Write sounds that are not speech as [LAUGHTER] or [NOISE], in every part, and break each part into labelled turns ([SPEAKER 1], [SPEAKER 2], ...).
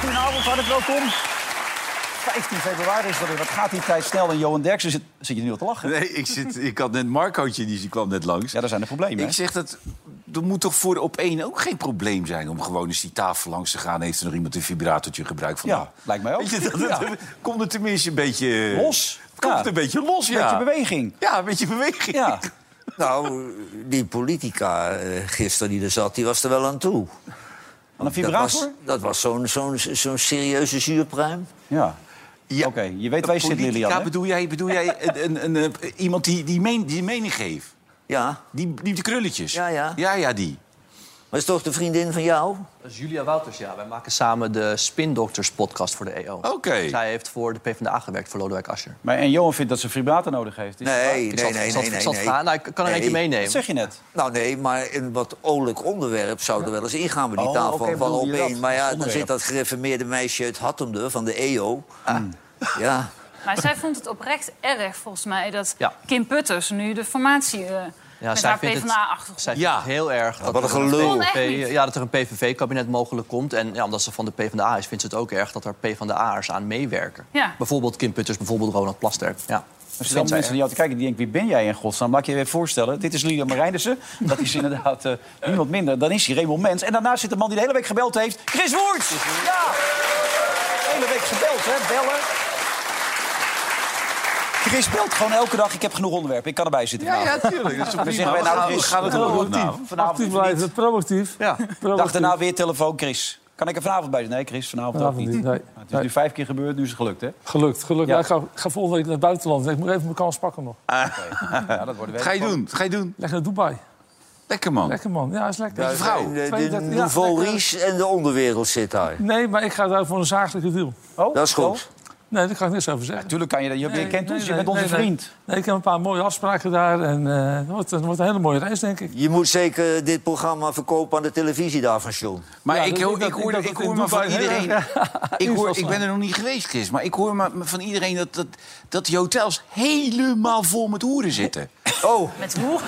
[SPEAKER 1] Goedenavond, hartelijk welkom. 15 februari is dat weer. Wat gaat die tijd snel? En Johan Derksen zit, zit je nu al te lachen?
[SPEAKER 2] [LAUGHS] Nee, ik, zit, ik had net Marcootje, die, die kwam net langs.
[SPEAKER 1] Ja, daar zijn de problemen. hè?
[SPEAKER 2] ik zeg dat, er moet toch voor op één ook geen probleem zijn... om gewoon eens die tafel langs te gaan. Heeft er nog iemand een vibratortje gebruikt vandaag?
[SPEAKER 1] Ja, lijkt mij ook.
[SPEAKER 2] Weet je, dat, dat-
[SPEAKER 1] Ja.
[SPEAKER 2] Komt er tenminste een beetje...
[SPEAKER 1] Los.
[SPEAKER 2] Het komt
[SPEAKER 1] Ja.
[SPEAKER 2] een beetje los, ja.
[SPEAKER 1] Beetje beweging.
[SPEAKER 2] Ja, een beetje beweging. [LAUGHS]
[SPEAKER 1] Ja.
[SPEAKER 3] Nou, die politica eh, gisteren die er zat, die was er wel aan toe.
[SPEAKER 1] Aan een
[SPEAKER 3] Dat was,
[SPEAKER 1] vibrator?
[SPEAKER 3] dat was zo'n zo'n zo'n serieuze zuurpruim.
[SPEAKER 1] Ja.
[SPEAKER 2] Ja.
[SPEAKER 1] Oké, je weet waar je zit,
[SPEAKER 2] Politica,
[SPEAKER 1] Lilian, hè?
[SPEAKER 2] bedoel jij, bedoel jij een, een, een, eh, iemand die, die, meen- die mening geeft?
[SPEAKER 3] Ja,
[SPEAKER 2] Die, die met de krulletjes?
[SPEAKER 3] Ja, ja.
[SPEAKER 2] Ja, ja, die.
[SPEAKER 3] maar is toch de vriendin van jou?
[SPEAKER 4] Dat is Julia Wouters, ja. Wij maken samen de Spindokters podcast voor de EO.
[SPEAKER 2] Oké.
[SPEAKER 4] Zij heeft voor de PvdA gewerkt, voor Lodewijk Asscher.
[SPEAKER 1] Maar, en Johan vindt dat ze een vibrator nodig heeft. Is-
[SPEAKER 3] Nee,
[SPEAKER 4] ik
[SPEAKER 3] nee,
[SPEAKER 4] zal,
[SPEAKER 3] nee,
[SPEAKER 4] ik zal,
[SPEAKER 3] nee,
[SPEAKER 4] ik
[SPEAKER 3] nee.
[SPEAKER 4] zal het gaan.
[SPEAKER 3] nee.
[SPEAKER 4] Nou, ik kan er
[SPEAKER 3] Nee.
[SPEAKER 4] eentje meenemen.
[SPEAKER 1] Dat zeg je net.
[SPEAKER 3] Nou nee, maar een wat olijk onderwerp zou er wel eens ingaan met die
[SPEAKER 1] Oh,
[SPEAKER 3] tafel
[SPEAKER 1] oké,
[SPEAKER 3] van
[SPEAKER 1] bedoel je dat?
[SPEAKER 3] opeen. Maar
[SPEAKER 1] Als
[SPEAKER 3] ja, dan
[SPEAKER 1] onderwerp.
[SPEAKER 3] zit dat gereformeerde meisje uit Hattemde van de EO. Ja,
[SPEAKER 5] Maar zij vond het oprecht erg, volgens mij, dat
[SPEAKER 4] Ja.
[SPEAKER 5] Kim Putters nu de formatie eh met
[SPEAKER 4] zij
[SPEAKER 5] haar
[SPEAKER 4] vindt het-
[SPEAKER 5] PvdA-achtergrond.
[SPEAKER 4] Zij vindt
[SPEAKER 2] Ja.
[SPEAKER 4] het heel erg dat,
[SPEAKER 3] wat een
[SPEAKER 4] er een
[SPEAKER 3] gelul.
[SPEAKER 5] Kon echt
[SPEAKER 4] PVV
[SPEAKER 5] niet.
[SPEAKER 4] ja, dat er een PVV-kabinet mogelijk komt. En ja, omdat ze van de PvdA is, vindt ze het ook erg dat er PvdA'ers aan meewerken.
[SPEAKER 5] Ja.
[SPEAKER 4] Bijvoorbeeld Kim Putters, bijvoorbeeld Ronald Plasterk. Ja.
[SPEAKER 1] Er zijn mensen die jou te kijken die denken, wie ben jij in godsnaam? Laat ik je even voorstellen. Dit is Lilia Marijnissen. Dat is inderdaad eh, niemand minder. Dan is hij Raymond Mens. En daarnaast zit de man die de hele week gebeld heeft, Chris Woerts. Ja! De hele week gebeld, hè? Bellen. Chris belt gewoon elke dag. Ik heb genoeg onderwerpen. Ik kan erbij zitten vanavond.
[SPEAKER 2] tuurlijk. Dat is
[SPEAKER 1] Dan
[SPEAKER 2] prima.
[SPEAKER 1] zeggen wij, nou,
[SPEAKER 2] We gaan-
[SPEAKER 1] Chris,
[SPEAKER 2] we gaan het
[SPEAKER 1] eh,
[SPEAKER 2] doen. Nou,
[SPEAKER 1] vanavond
[SPEAKER 6] Actief
[SPEAKER 1] even niet.
[SPEAKER 6] blijven, proactief.
[SPEAKER 4] Ja.
[SPEAKER 1] Dag daarna weer telefoon, Chris. Kan ik er vanavond bij zijn? Nee, Chris, vanavond ook
[SPEAKER 6] Vanavond
[SPEAKER 1] niet.
[SPEAKER 6] niet, nee.
[SPEAKER 1] Nou, Het is nu vijf keer gebeurd, nu is het gelukt, hè?
[SPEAKER 6] Gelukt, gelukt.
[SPEAKER 1] Ja.
[SPEAKER 6] Ja, ik ga, ik ga volgende week naar het buitenland. Ik moet even mijn kans pakken nog.
[SPEAKER 1] Ja, dat worden we
[SPEAKER 2] wat ga je doen? Wat ga je doen?
[SPEAKER 6] Leg naar Dubai.
[SPEAKER 2] Lekker, man.
[SPEAKER 6] Lekker man. Ja, is lekker.
[SPEAKER 2] je vrouw?
[SPEAKER 3] En, eh, de,
[SPEAKER 6] 32 ja,
[SPEAKER 3] nouveau
[SPEAKER 6] lekker.
[SPEAKER 3] riche en de onderwereld zit daar.
[SPEAKER 6] Nee, maar ik ga daar voor een zakelijke deal.
[SPEAKER 1] Oh,
[SPEAKER 3] Dat is
[SPEAKER 1] zo?
[SPEAKER 3] goed.
[SPEAKER 6] Nee, daar kan ik niks over zeggen.
[SPEAKER 1] Natuurlijk kan je dat. Je,
[SPEAKER 6] Nee,
[SPEAKER 1] je kent ons,
[SPEAKER 6] nee,
[SPEAKER 1] je
[SPEAKER 6] nee,
[SPEAKER 1] bent onze
[SPEAKER 6] nee, nee.
[SPEAKER 1] vriend.
[SPEAKER 6] Nee, ik heb een paar mooie afspraken daar. En eh, het wordt, het wordt een hele mooie reis, denk ik.
[SPEAKER 3] Je moet zeker dit programma verkopen aan de televisie daar van John.
[SPEAKER 2] Maar
[SPEAKER 6] Ja,
[SPEAKER 2] ik,
[SPEAKER 6] dat-
[SPEAKER 2] hoor,
[SPEAKER 6] ik- dat-
[SPEAKER 2] ik hoor,
[SPEAKER 6] ik- dat-
[SPEAKER 2] ik
[SPEAKER 6] dat
[SPEAKER 2] hoor
[SPEAKER 6] in
[SPEAKER 2] maar van
[SPEAKER 6] Dubai-
[SPEAKER 2] iedereen...
[SPEAKER 6] [LAUGHS]
[SPEAKER 2] Ik, hoor, ik
[SPEAKER 6] Inselslaan.
[SPEAKER 2] ben er nog niet geweest, Chris. Maar ik hoor maar van iedereen dat, dat, dat die hotels helemaal vol met hoeren zitten.
[SPEAKER 3] Oh,
[SPEAKER 5] Met hoe?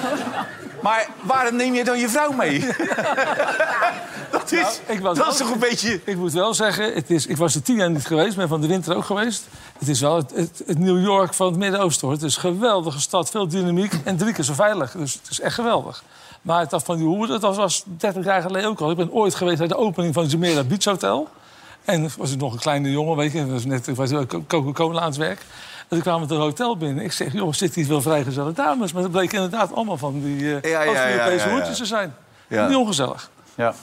[SPEAKER 2] Maar waarom neem je dan je vrouw
[SPEAKER 6] [LAUGHS]
[SPEAKER 2] mee? dat is,
[SPEAKER 6] Nou, ik
[SPEAKER 2] dat
[SPEAKER 6] was wel-
[SPEAKER 2] is toch een beetje...
[SPEAKER 6] Ik moet wel zeggen, het is, ik was er tien jaar niet geweest, ben van de winter ook geweest. Het is wel het, het, het New York van het Midden-Oosten hoor. Het is een geweldige stad, veel dynamiek en drie keer zo veilig. Dus het is echt geweldig. Maar het af van die hoeren, dat was, was 30 jaar geleden ook al. Ik ben ooit geweest bij de opening van het Jumeirah Beach Hotel. En toen was ik nog een kleine jongen, weet je. Was net, ik was wel co- Coca-Cola aan het werk. En toen kwamen we het hotel binnen. Ik zeg, joh, zitten hier veel vrijgezelle dames? Maar dat bleek inderdaad allemaal van die eh
[SPEAKER 2] Ja, ja, ja,
[SPEAKER 6] Oost-Europese
[SPEAKER 2] ja, ja.
[SPEAKER 6] hoertjes te zijn.
[SPEAKER 2] Ja.
[SPEAKER 6] Niet ongezellig.
[SPEAKER 1] Ja.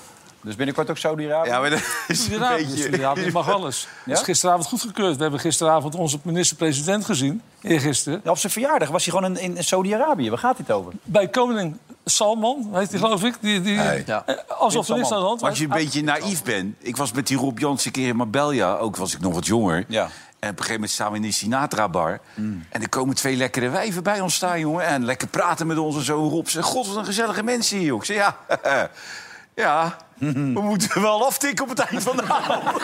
[SPEAKER 1] Dus binnenkort ook Saudi-Arabië.
[SPEAKER 2] Ja, maar dat is een
[SPEAKER 6] Saudi-Arabië.
[SPEAKER 2] beetje...
[SPEAKER 6] Saudi-Arabië mag alles. Dat is gisteravond goedgekeurd. We hebben gisteravond onze minister-president gezien. Eergisteren.
[SPEAKER 1] Op zijn verjaardag was hij gewoon in, in Saudi-Arabië. Waar gaat dit over?
[SPEAKER 6] Bij koning Salman, heet hij geloof ik. Die, die,
[SPEAKER 2] Hey.
[SPEAKER 6] eh, Alsof er niks aan de hand
[SPEAKER 2] Maar als Ah.
[SPEAKER 6] was.
[SPEAKER 2] je een beetje naïef bent... Ik was met die Rob Jans een keer in Marbella. Ook was ik nog wat jonger.
[SPEAKER 1] Ja.
[SPEAKER 2] En op een gegeven moment staan we in die Sinatra-bar. En er komen twee lekkere wijven bij ons staan, jongen. En lekker praten met ons en zo. Rob zegt, god, wat een gezellige mensen hier, joh. Ik zeg, ja... [LAUGHS] Ja, we moeten wel aftikken op het eind van de [LAUGHS] avond.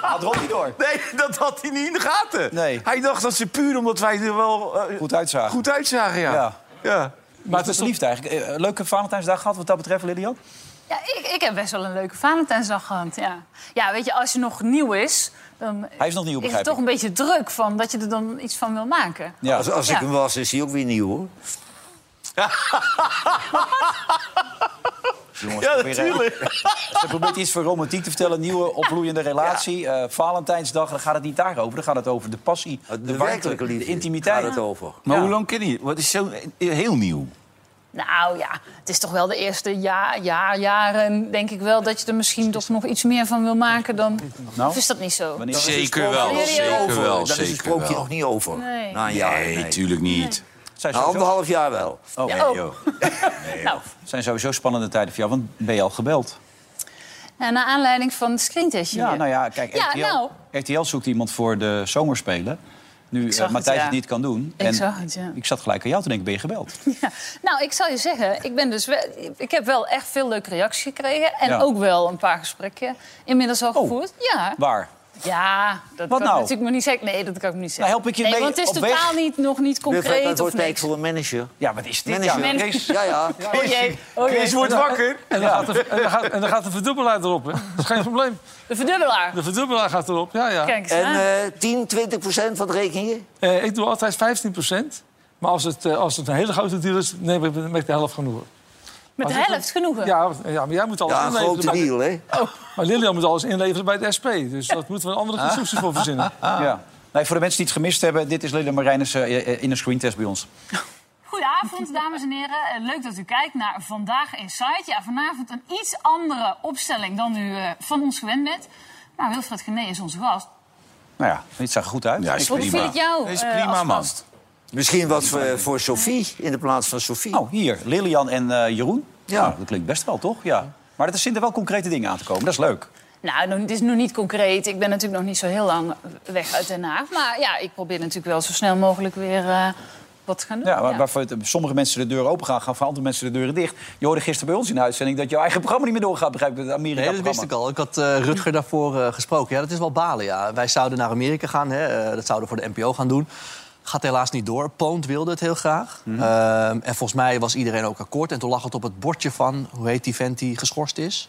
[SPEAKER 1] Had Ronnie door.
[SPEAKER 2] Nee, dat had hij niet in de gaten.
[SPEAKER 1] Nee.
[SPEAKER 2] Hij dacht dat ze puur omdat wij er wel eh,
[SPEAKER 1] Goed uitzagen.
[SPEAKER 2] goed uitzagen, ja.
[SPEAKER 1] Ja.
[SPEAKER 2] ja.
[SPEAKER 1] Maar het is liefde eigenlijk. Eh, Leuke Valentijnsdag gehad wat dat betreft, Lilian?
[SPEAKER 5] Ja, ik, ik heb best wel een leuke Valentijnsdag gehad. Ja. ja, weet je, als je nog nieuw is, dan
[SPEAKER 1] Hij is nog nieuw,
[SPEAKER 5] is het
[SPEAKER 1] begrijp
[SPEAKER 5] toch
[SPEAKER 1] ik.
[SPEAKER 5] een beetje druk van dat je er dan iets van wil maken.
[SPEAKER 1] Ja.
[SPEAKER 3] [LAUGHS] Als, als ik
[SPEAKER 5] Ja.
[SPEAKER 3] hem was, is hij ook weer nieuw, hoor.
[SPEAKER 1] Jongens, ja, natuurlijk. Ze probeert iets voor romantiek te vertellen. Nieuwe, opbloeiende relatie. Eh, Valentijnsdag, dan gaat het niet daarover. Dan gaat het over de passie, de,
[SPEAKER 3] De,
[SPEAKER 1] warmte,
[SPEAKER 3] werkelijke liefde.
[SPEAKER 1] de intimiteit.
[SPEAKER 3] Gaat het over.
[SPEAKER 2] Maar
[SPEAKER 1] Ja.
[SPEAKER 2] hoe lang ken je? Wat is zo heel nieuw?
[SPEAKER 5] Nou ja, het is toch wel de eerste jaar, jaar, jaren, denk ik wel, dat je er misschien toch nog iets meer van wil maken dan.
[SPEAKER 1] Nou?
[SPEAKER 5] Of is dat niet zo?
[SPEAKER 1] Wanneer-
[SPEAKER 2] Zeker wel,
[SPEAKER 5] Serieus? zeker
[SPEAKER 3] Dan is het sprookje nog niet over.
[SPEAKER 5] Nee.
[SPEAKER 3] Na een jaar,
[SPEAKER 2] Nee,
[SPEAKER 3] nee.
[SPEAKER 2] tuurlijk niet.
[SPEAKER 1] zijn
[SPEAKER 3] Na
[SPEAKER 1] sowieso,
[SPEAKER 3] anderhalf jaar wel.
[SPEAKER 5] Ja, oh.
[SPEAKER 2] joh.
[SPEAKER 5] nou,
[SPEAKER 1] zijn sowieso spannende tijden voor jou, want ben je al gebeld?
[SPEAKER 5] En naar aanleiding van het screentestje.
[SPEAKER 1] Ja,
[SPEAKER 5] weer.
[SPEAKER 1] nou ja, kijk,
[SPEAKER 5] Ja,
[SPEAKER 1] RTL,
[SPEAKER 5] nou.
[SPEAKER 1] RTL zoekt iemand voor de zomerspelen. Nu eh
[SPEAKER 5] zag het,
[SPEAKER 1] Matthijs
[SPEAKER 5] ja.
[SPEAKER 1] het niet kan doen.
[SPEAKER 5] Ik zag het, ja.
[SPEAKER 1] ik zat gelijk aan jou te denken, ben je gebeld?
[SPEAKER 5] Ja. Nou, ik zal je zeggen, ik, ben dus wel, ik heb wel echt veel leuke reacties gekregen. En
[SPEAKER 1] Ja.
[SPEAKER 5] ook wel een paar gesprekken inmiddels al
[SPEAKER 1] Oh.
[SPEAKER 5] gevoerd. Ja,
[SPEAKER 1] Waar?
[SPEAKER 5] ja
[SPEAKER 1] Wat
[SPEAKER 5] dat kan
[SPEAKER 1] nou?
[SPEAKER 5] ik natuurlijk nog niet zeggen. Nee, dat kan ik niet zeggen.
[SPEAKER 1] Nou, help ik je
[SPEAKER 5] nee,
[SPEAKER 1] mee
[SPEAKER 5] want het is
[SPEAKER 1] op weg?
[SPEAKER 5] totaal niet, nog niet
[SPEAKER 3] Wilfred,
[SPEAKER 5] concreet
[SPEAKER 3] dat
[SPEAKER 5] of
[SPEAKER 3] wordt tijd
[SPEAKER 5] niks.
[SPEAKER 3] voor een manager.
[SPEAKER 1] Ja, wat is dit?
[SPEAKER 3] Manager.
[SPEAKER 1] Ja,
[SPEAKER 5] Men-
[SPEAKER 1] Chris,
[SPEAKER 3] Ja, ja.
[SPEAKER 5] Oh jee, oh jee.
[SPEAKER 1] Chris wordt wakker.
[SPEAKER 6] En dan, gaat de, en, dan gaat, en dan gaat de verdubbelaar erop. Hè. Dat is geen probleem.
[SPEAKER 5] De verdubbelaar.
[SPEAKER 6] De verdubbelaar gaat erop. Ja, ja.
[SPEAKER 5] Kijk eens
[SPEAKER 3] En
[SPEAKER 5] aan.
[SPEAKER 3] eh 10, 20 procent, wat reken je?
[SPEAKER 6] Eh, ik doe altijd 15 Maar als het, eh, als het een hele grote deal is, neem ik neem ik de helft genoeg.
[SPEAKER 5] Met de
[SPEAKER 6] als ik-
[SPEAKER 5] helft genoegen.
[SPEAKER 6] Ja, want- ja, maar jij moet alles
[SPEAKER 3] Ja, een
[SPEAKER 6] inleveren.
[SPEAKER 3] grote
[SPEAKER 6] bij-
[SPEAKER 3] deal, hè?
[SPEAKER 6] Maar Lilian moet alles inleveren bij de SP. Dus dat moeten we een
[SPEAKER 3] Ah.
[SPEAKER 6] andere constructie voor verzinnen.
[SPEAKER 5] Ah.
[SPEAKER 1] Ja. Nee, voor de mensen die het gemist hebben, dit is Lille Marijnissen eh, eh, in een screentest bij ons.
[SPEAKER 5] Goedenavond, dames en heren. Eh, Leuk dat u kijkt naar Vandaag Inside. Ja, vanavond een iets andere opstelling dan u eh, van ons gewend bent. Maar Wilfred Gené is onze gast.
[SPEAKER 1] Nou ja, dit zag er goed uit.
[SPEAKER 2] Ja, is
[SPEAKER 1] Ik-
[SPEAKER 5] Hoe
[SPEAKER 2] prima.
[SPEAKER 5] viel het jou,
[SPEAKER 2] Hij is
[SPEAKER 5] eh,
[SPEAKER 2] prima,
[SPEAKER 5] als
[SPEAKER 2] man.
[SPEAKER 5] gast?
[SPEAKER 3] Misschien wat voor, voor Sophie, in de plaats van Sophie.
[SPEAKER 1] Oh, hier, Lilian en eh, Jeroen. Ja.
[SPEAKER 3] Ja.
[SPEAKER 1] dat klinkt best wel, toch? Ja. Maar er zitten wel concrete dingen aan te komen. Dat is leuk.
[SPEAKER 5] Nou, nog- het is nog niet concreet. Ik ben natuurlijk nog niet zo heel lang weg uit Den Haag. Maar ja, ik probeer natuurlijk wel zo snel mogelijk weer eh, wat te gaan doen.
[SPEAKER 1] Ja, waar, waarvoor het- sommige mensen de deuren open gaan, gaan voor andere mensen de deuren dicht. Je hoorde gisteren bij ons in de uitzending dat jouw eigen programma niet meer doorgaat, begrijp ik? Het
[SPEAKER 4] Nee, dat wist ik
[SPEAKER 1] Amerika-programma.
[SPEAKER 4] al. Ik had eh, Rutger daarvoor eh, gesproken. Ja, dat is wel balen, ja. Wij zouden naar Amerika gaan. Hè. Eh, dat zouden we voor de NPO gaan doen. Gaat helaas niet door. Poont wilde het heel graag.
[SPEAKER 1] Mhm.
[SPEAKER 4] Ehm, en volgens mij was iedereen ook akkoord. En toen lag het op het bordje van... hoe heet die vent die geschorst is?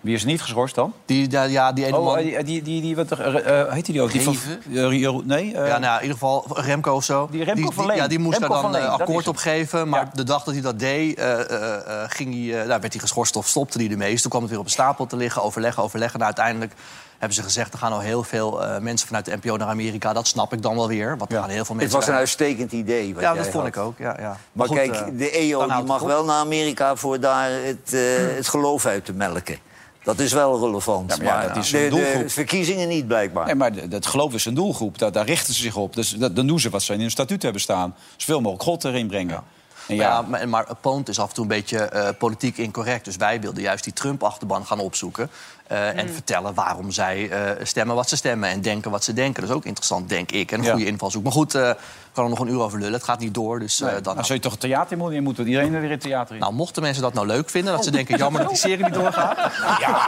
[SPEAKER 1] Wie is er niet geschorst dan?
[SPEAKER 4] Die, ja, ja, die ene
[SPEAKER 1] Oh,
[SPEAKER 4] man...
[SPEAKER 1] eh, die, die, die, die, wat, eh, eh, heet die ook? Die van- eh, Jeroen- nee, eh,
[SPEAKER 4] Ja, nou, ja, in ieder geval Remco of zo.
[SPEAKER 1] Die Remco van Leen.
[SPEAKER 4] Ja, die moest
[SPEAKER 1] Remco
[SPEAKER 4] daar
[SPEAKER 1] van
[SPEAKER 4] dan eh,
[SPEAKER 1] Leen, dat is
[SPEAKER 4] akkoord
[SPEAKER 1] het.
[SPEAKER 4] op geven. Maar
[SPEAKER 1] Ja.
[SPEAKER 4] de dag dat hij dat deed, eh, eh, eh, ging hij, eh, nou, werd hij geschorst of stopte hij ermee. Dus toen kwam het weer op een stapel te liggen, overleggen, overleggen. Nou, uiteindelijk hebben ze gezegd, er gaan al heel veel eh, mensen vanuit de NPO naar Amerika. Dat snap ik dan wel weer, want er gaan heel veel
[SPEAKER 3] Het
[SPEAKER 4] mensen...
[SPEAKER 3] was een
[SPEAKER 4] naar-
[SPEAKER 3] uitstekend idee. wat
[SPEAKER 4] Ja,
[SPEAKER 3] jij
[SPEAKER 4] dat vond
[SPEAKER 3] had.
[SPEAKER 4] ik ook, ja. ja. Maar,
[SPEAKER 3] Maar
[SPEAKER 4] goed,
[SPEAKER 3] kijk,
[SPEAKER 4] eh,
[SPEAKER 3] de EO
[SPEAKER 4] dan
[SPEAKER 3] die
[SPEAKER 4] houdt
[SPEAKER 3] mag
[SPEAKER 4] het op.
[SPEAKER 3] wel naar Amerika voor daar het, eh, het geloof uit te melken. Dat is wel
[SPEAKER 1] Ja,
[SPEAKER 3] relevant.
[SPEAKER 1] maar ja, dat is een
[SPEAKER 3] de, de
[SPEAKER 1] doelgroep.
[SPEAKER 3] verkiezingen niet, blijkbaar.
[SPEAKER 1] Nee, maar dat geloof is een doelgroep. Daar, daar richten ze zich op. Dus dat, dan doen ze wat ze in hun statuut hebben staan. Zoveel mogelijk God erin brengen. En
[SPEAKER 4] Ja,
[SPEAKER 1] ja,
[SPEAKER 4] Eh, maar, maar Poont is af en toe een beetje eh, politiek incorrect. Dus wij wilden juist die Trump-achterban gaan opzoeken. eh,
[SPEAKER 1] Hmm.
[SPEAKER 4] En vertellen waarom zij eh, stemmen wat ze stemmen en denken wat ze denken. Dat is ook interessant, denk ik. En een
[SPEAKER 1] Ja.
[SPEAKER 4] goede invalshoek. Maar goed, eh, ik kan er nog een uur over lullen. Het gaat niet door. Dus, eh,
[SPEAKER 1] nee, Nou,
[SPEAKER 4] dan,
[SPEAKER 1] dan zou je toch het theater in moeten. Je moet met iedereen er weer het theater in.
[SPEAKER 4] nou, mochten mensen dat nou leuk vinden,
[SPEAKER 1] Oh.
[SPEAKER 4] dat ze denken... jammer dat die serie niet doorgaat.
[SPEAKER 1] [LAUGHS]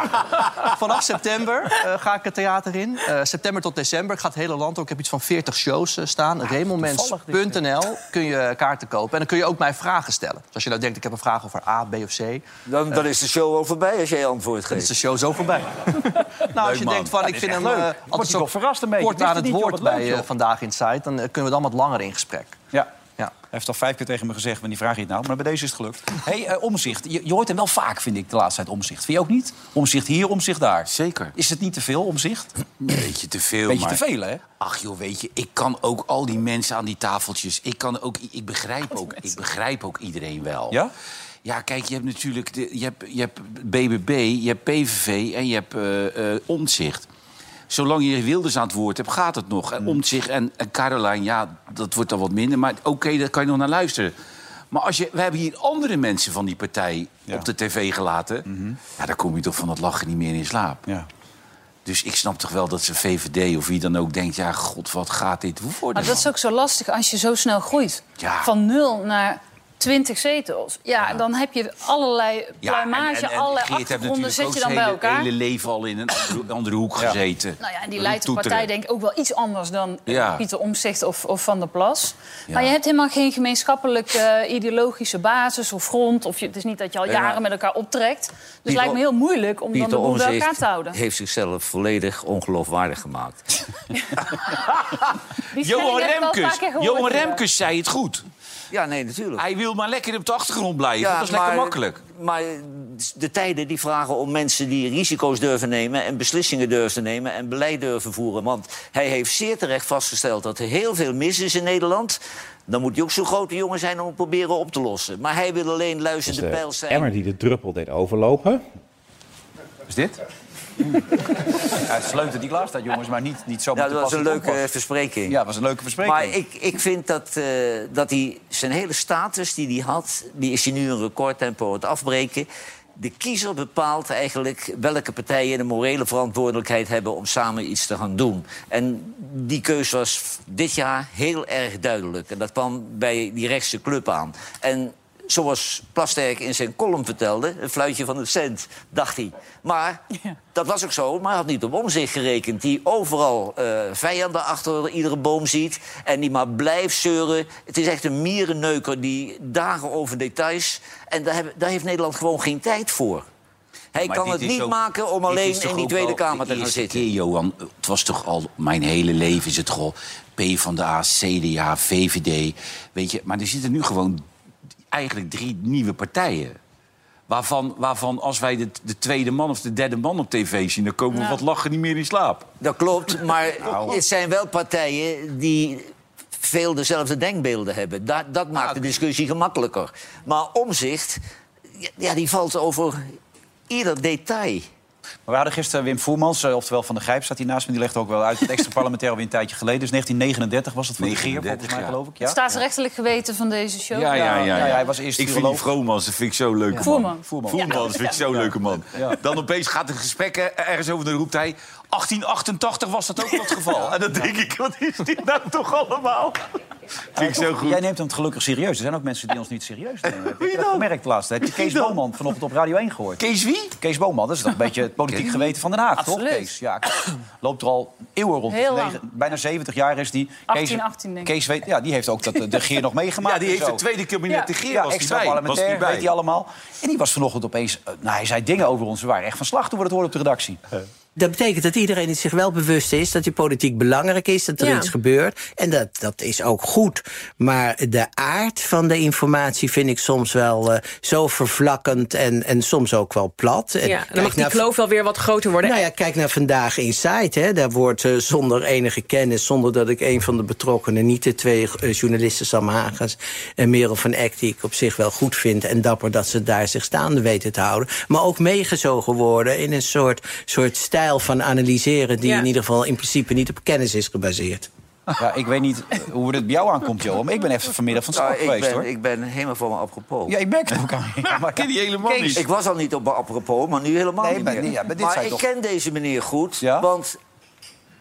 [SPEAKER 4] Vanaf september eh, ga ik het theater in. Eh, september tot december. Ik ga het hele land door. Ik heb iets van 40 shows eh, staan. Remomens.nl kun je kaarten kopen. En dan kun je ook mij vragen stellen. Dus als je nou denkt, ik heb een vraag over A, B of C...
[SPEAKER 3] Dan, dan is de show al voorbij als jij antwoord
[SPEAKER 4] dan is de
[SPEAKER 3] geeft.
[SPEAKER 4] show zo voorbij. [LAUGHS] nou, als je denkt van, ik vind hem
[SPEAKER 1] leuk.
[SPEAKER 4] eh,
[SPEAKER 1] Word je
[SPEAKER 4] altijd zo
[SPEAKER 1] toch verrast een beetje?
[SPEAKER 4] kort
[SPEAKER 1] Wist
[SPEAKER 4] aan
[SPEAKER 1] je
[SPEAKER 4] het
[SPEAKER 1] niet, joh,
[SPEAKER 4] woord
[SPEAKER 1] wat
[SPEAKER 4] bij
[SPEAKER 1] leuk,
[SPEAKER 4] eh,
[SPEAKER 1] joh.
[SPEAKER 4] Vandaag Insight... dan eh, kunnen we dan wat langer in gesprek.
[SPEAKER 1] Ja.
[SPEAKER 4] Ja.
[SPEAKER 1] Hij heeft al vijf keer tegen me gezegd, wanneer vraag je het nou? Maar bij deze is het gelukt. hey, eh, omzicht. Je, je hoort hem wel vaak, vind ik, de laatste tijd omzicht. Vind je ook niet? Omzicht hier, omzicht daar.
[SPEAKER 2] Zeker.
[SPEAKER 1] Is het niet te veel, omzicht?
[SPEAKER 2] Een beetje te veel,
[SPEAKER 1] Beetje
[SPEAKER 2] maar...
[SPEAKER 1] te veel, hè?
[SPEAKER 2] Ach joh, weet je, ik kan ook al die mensen aan die tafeltjes. Ik, kan ook, ik, begrijp, ook, ik begrijp ook iedereen wel.
[SPEAKER 1] Ja?
[SPEAKER 2] Ja, kijk, je hebt natuurlijk de, je hebt, je hebt BBB, je hebt PVV en je hebt eh Omzicht. Zolang je Wilders aan het woord hebt, gaat het nog.
[SPEAKER 1] Mm.
[SPEAKER 2] En Omtzigt en, en Caroline, ja, dat wordt dan wat minder. Maar oké, daar kan je nog naar luisteren. Maar als je, we hebben hier andere mensen van die partij op de tv gelaten. Ja, dan kom je toch van dat lachen niet meer in slaap.
[SPEAKER 1] Mhm. Ja.
[SPEAKER 2] Dus ik snap toch wel dat ze VVD of wie dan ook denkt... ja, god, wat gaat dit worden?
[SPEAKER 5] Maar dat is ook zo lastig als je zo snel groeit.
[SPEAKER 2] Ja.
[SPEAKER 5] Van nul naar 20 zetels. Ja, dan heb je allerlei pluimage, allerlei achtergronden zet je dan bij elkaar.
[SPEAKER 2] hele leven al in een andere, andere hoek gezeten.
[SPEAKER 5] Nou ja, en die
[SPEAKER 2] Roep
[SPEAKER 5] leidt de
[SPEAKER 2] toeteren.
[SPEAKER 5] partij denk ik ook wel iets anders dan eh,
[SPEAKER 2] Ja.
[SPEAKER 5] Pieter Omzicht of, of Van der Plas. Maar je hebt helemaal geen gemeenschappelijke eh, ideologische basis of grond. Of je, het is niet dat je al jaren met elkaar optrekt. Dus het lijkt me heel moeilijk om dan de boel bij elkaar te houden.
[SPEAKER 3] heeft zichzelf volledig ongeloofwaardig gemaakt.
[SPEAKER 5] Die stelling
[SPEAKER 2] Johan
[SPEAKER 5] heb ik wel een paar
[SPEAKER 2] Remkes,
[SPEAKER 5] keer gehoord,
[SPEAKER 2] Johan
[SPEAKER 5] ja.
[SPEAKER 2] Remkes zei het goed.
[SPEAKER 3] Ja, nee, natuurlijk.
[SPEAKER 2] Hij wil maar lekker op de achtergrond blijven. dat is lekker makkelijk.
[SPEAKER 3] Maar de tijden die vragen om mensen die risico's durven nemen... en beslissingen durven te nemen en beleid durven voeren. Want hij heeft zeer terecht vastgesteld dat er heel veel mis is in Nederland. Dan moet hij ook zo'n grote jongen zijn om het proberen op te lossen. Maar hij wil alleen luisterende
[SPEAKER 1] eh,
[SPEAKER 7] de
[SPEAKER 3] pijl zijn.
[SPEAKER 7] emmer die de druppel deed overlopen.
[SPEAKER 1] Is dit? ja, het is leuk dat die klaar staat, jongens, maar niet, niet zo
[SPEAKER 3] Ja,
[SPEAKER 1] met de
[SPEAKER 3] dat was
[SPEAKER 1] pas
[SPEAKER 3] een
[SPEAKER 1] die
[SPEAKER 3] leuke
[SPEAKER 1] oppas.
[SPEAKER 3] verspreking.
[SPEAKER 1] Ja, dat was een leuke verspreking.
[SPEAKER 3] Maar ik, ik vind dat, eh, dat hij zijn hele status die hij had... die is hij nu in recordtempo aan het afbreken... de kiezer bepaalt eigenlijk welke partijen de morele verantwoordelijkheid hebben om samen iets te gaan doen. En die keuze was dit jaar heel erg duidelijk. En dat kwam bij die rechtse club aan. En zoals Plasterk in zijn column vertelde, een fluitje van een cent, dacht hij. Maar dat was ook zo, maar hij had niet op omzicht gerekend. Die overal eh, vijanden achter iedere boom ziet en die maar blijft zeuren. Het is echt een mierenneuker die dagen over details... en daar, heb- daar heeft Nederland gewoon geen tijd voor. Hij
[SPEAKER 2] Maar
[SPEAKER 3] kan
[SPEAKER 2] dit
[SPEAKER 3] het
[SPEAKER 2] is
[SPEAKER 3] niet
[SPEAKER 2] ook-
[SPEAKER 3] maken om
[SPEAKER 2] dit
[SPEAKER 3] alleen
[SPEAKER 2] is toch
[SPEAKER 3] in die
[SPEAKER 2] ook
[SPEAKER 3] Tweede
[SPEAKER 2] al
[SPEAKER 3] Kamer te
[SPEAKER 2] de
[SPEAKER 3] gaan
[SPEAKER 2] eerste
[SPEAKER 3] zitten.
[SPEAKER 2] Keer, Johan, het was toch al mijn hele leven is het gewoon P van de A, CDA, VVD, weet je. Maar er zitten nu gewoon eigenlijk drie nieuwe partijen. Waarvan, waarvan als wij de, de tweede man of de derde man op tv zien... dan komen we wat lachen niet meer in slaap.
[SPEAKER 3] Dat
[SPEAKER 1] [LAUGHS]
[SPEAKER 3] klopt, maar
[SPEAKER 1] Nou.
[SPEAKER 3] het zijn wel partijen die veel dezelfde denkbeelden hebben. Dat, dat
[SPEAKER 1] Nou,
[SPEAKER 3] maakt de discussie gemakkelijker. Maar omzicht, ja, die valt over ieder detail.
[SPEAKER 1] Maar we hadden gisteren Wim Voermans, eh, oftewel Van de Grijp, staat hier naast me. Die legde ook wel uit. Het [LAUGHS] extra parlementair alweer een tijdje geleden. Dus 1939 was het voor de Geer, volgens
[SPEAKER 2] 39,
[SPEAKER 1] mij,
[SPEAKER 2] ja.
[SPEAKER 1] geloof ik.
[SPEAKER 5] Het
[SPEAKER 1] Ja?
[SPEAKER 5] staatsrechtelijk geweten van deze show.
[SPEAKER 1] ja, ja, hij was eerst
[SPEAKER 2] ik vind die
[SPEAKER 1] viroloog.
[SPEAKER 2] Vromans, dat vind ik zo'n leuke
[SPEAKER 5] Voerman.
[SPEAKER 2] man. Voerman. dat vind ik zo'n leuke man. Dan opeens gaat het gesprek eh, ergens over, dan roept hij... 1888 was dat ook wel het geval. En dan denk ik, wat is dit nou toch allemaal? vind ik zo goed.
[SPEAKER 1] Jij neemt hem gelukkig serieus. Er zijn ook mensen die ons niet serieus nemen. Heb je dat gemerkt laatst? Heb je Kees Boman vanochtend op Radio 1 gehoord?
[SPEAKER 2] Kees wie?
[SPEAKER 1] Kees Boman, dat is toch een beetje
[SPEAKER 2] [LAUGHS]
[SPEAKER 1] het politiek geweten van Den Haag, toch? Kees, ja, loopt er al eeuwen rond.
[SPEAKER 5] Heel lang.
[SPEAKER 1] Negen- bijna 70 jaar is die.
[SPEAKER 5] 18, 18 denk ik.
[SPEAKER 1] Kees weet, ja, die heeft ook dat, eh, de Geer nog
[SPEAKER 2] [LAUGHS]
[SPEAKER 1] meegemaakt.
[SPEAKER 2] Ja, die
[SPEAKER 1] en
[SPEAKER 2] heeft
[SPEAKER 1] zo.
[SPEAKER 2] het tweede kabinet
[SPEAKER 5] Ja.
[SPEAKER 2] de Geer
[SPEAKER 1] Ja,
[SPEAKER 2] was die
[SPEAKER 1] extra
[SPEAKER 2] bij. Was die
[SPEAKER 1] parlementair,
[SPEAKER 2] bij.
[SPEAKER 1] weet hij allemaal. En die was vanochtend opeens... eh, Nou, hij zei dingen over ons. We waren echt van slag toen we dat hoorden op de redactie.
[SPEAKER 8] Dat betekent dat iedereen het zich wel bewust is dat die politiek belangrijk is, dat er
[SPEAKER 9] Ja.
[SPEAKER 8] iets gebeurt. En dat, dat is ook goed. Maar de aard van de informatie vind ik soms wel eh, zo vervlakkend en, en soms ook wel plat. En
[SPEAKER 9] Ja, dan
[SPEAKER 8] kijk
[SPEAKER 9] mag die
[SPEAKER 8] naar-
[SPEAKER 9] kloof wel weer wat groter worden.
[SPEAKER 8] nou ja, kijk naar vandaag in site. Hè. Daar wordt eh, zonder enige kennis, zonder dat ik een van de betrokkenen, niet de twee eh, journalisten Sam Hagens en Merel van Eck, die ik op zich wel goed vind en dapper dat ze daar zich staande weten te houden, maar ook meegezogen worden in een soort, soort stijl van analyseren die
[SPEAKER 9] Ja.
[SPEAKER 8] in ieder geval in principe niet op kennis is gebaseerd.
[SPEAKER 1] Ja, ik weet niet eh, hoe het bij jou aankomt, Johan. Maar ik ben even vanmiddag van slag
[SPEAKER 3] Nou, ik,
[SPEAKER 1] geweest,
[SPEAKER 3] ben,
[SPEAKER 1] hoor.
[SPEAKER 3] ik ben helemaal van me apropos.
[SPEAKER 1] Ja, ik merk het ook aan je. Maar
[SPEAKER 2] Ken die helemaal niet.
[SPEAKER 3] Ik was al niet op me apropos, maar nu helemaal
[SPEAKER 1] Nee,
[SPEAKER 3] niet
[SPEAKER 1] maar
[SPEAKER 3] meer.
[SPEAKER 1] nee, ja, maar dit
[SPEAKER 3] maar
[SPEAKER 1] zei
[SPEAKER 3] ik
[SPEAKER 1] toch-
[SPEAKER 3] ken deze meneer goed,
[SPEAKER 1] Ja?
[SPEAKER 3] want...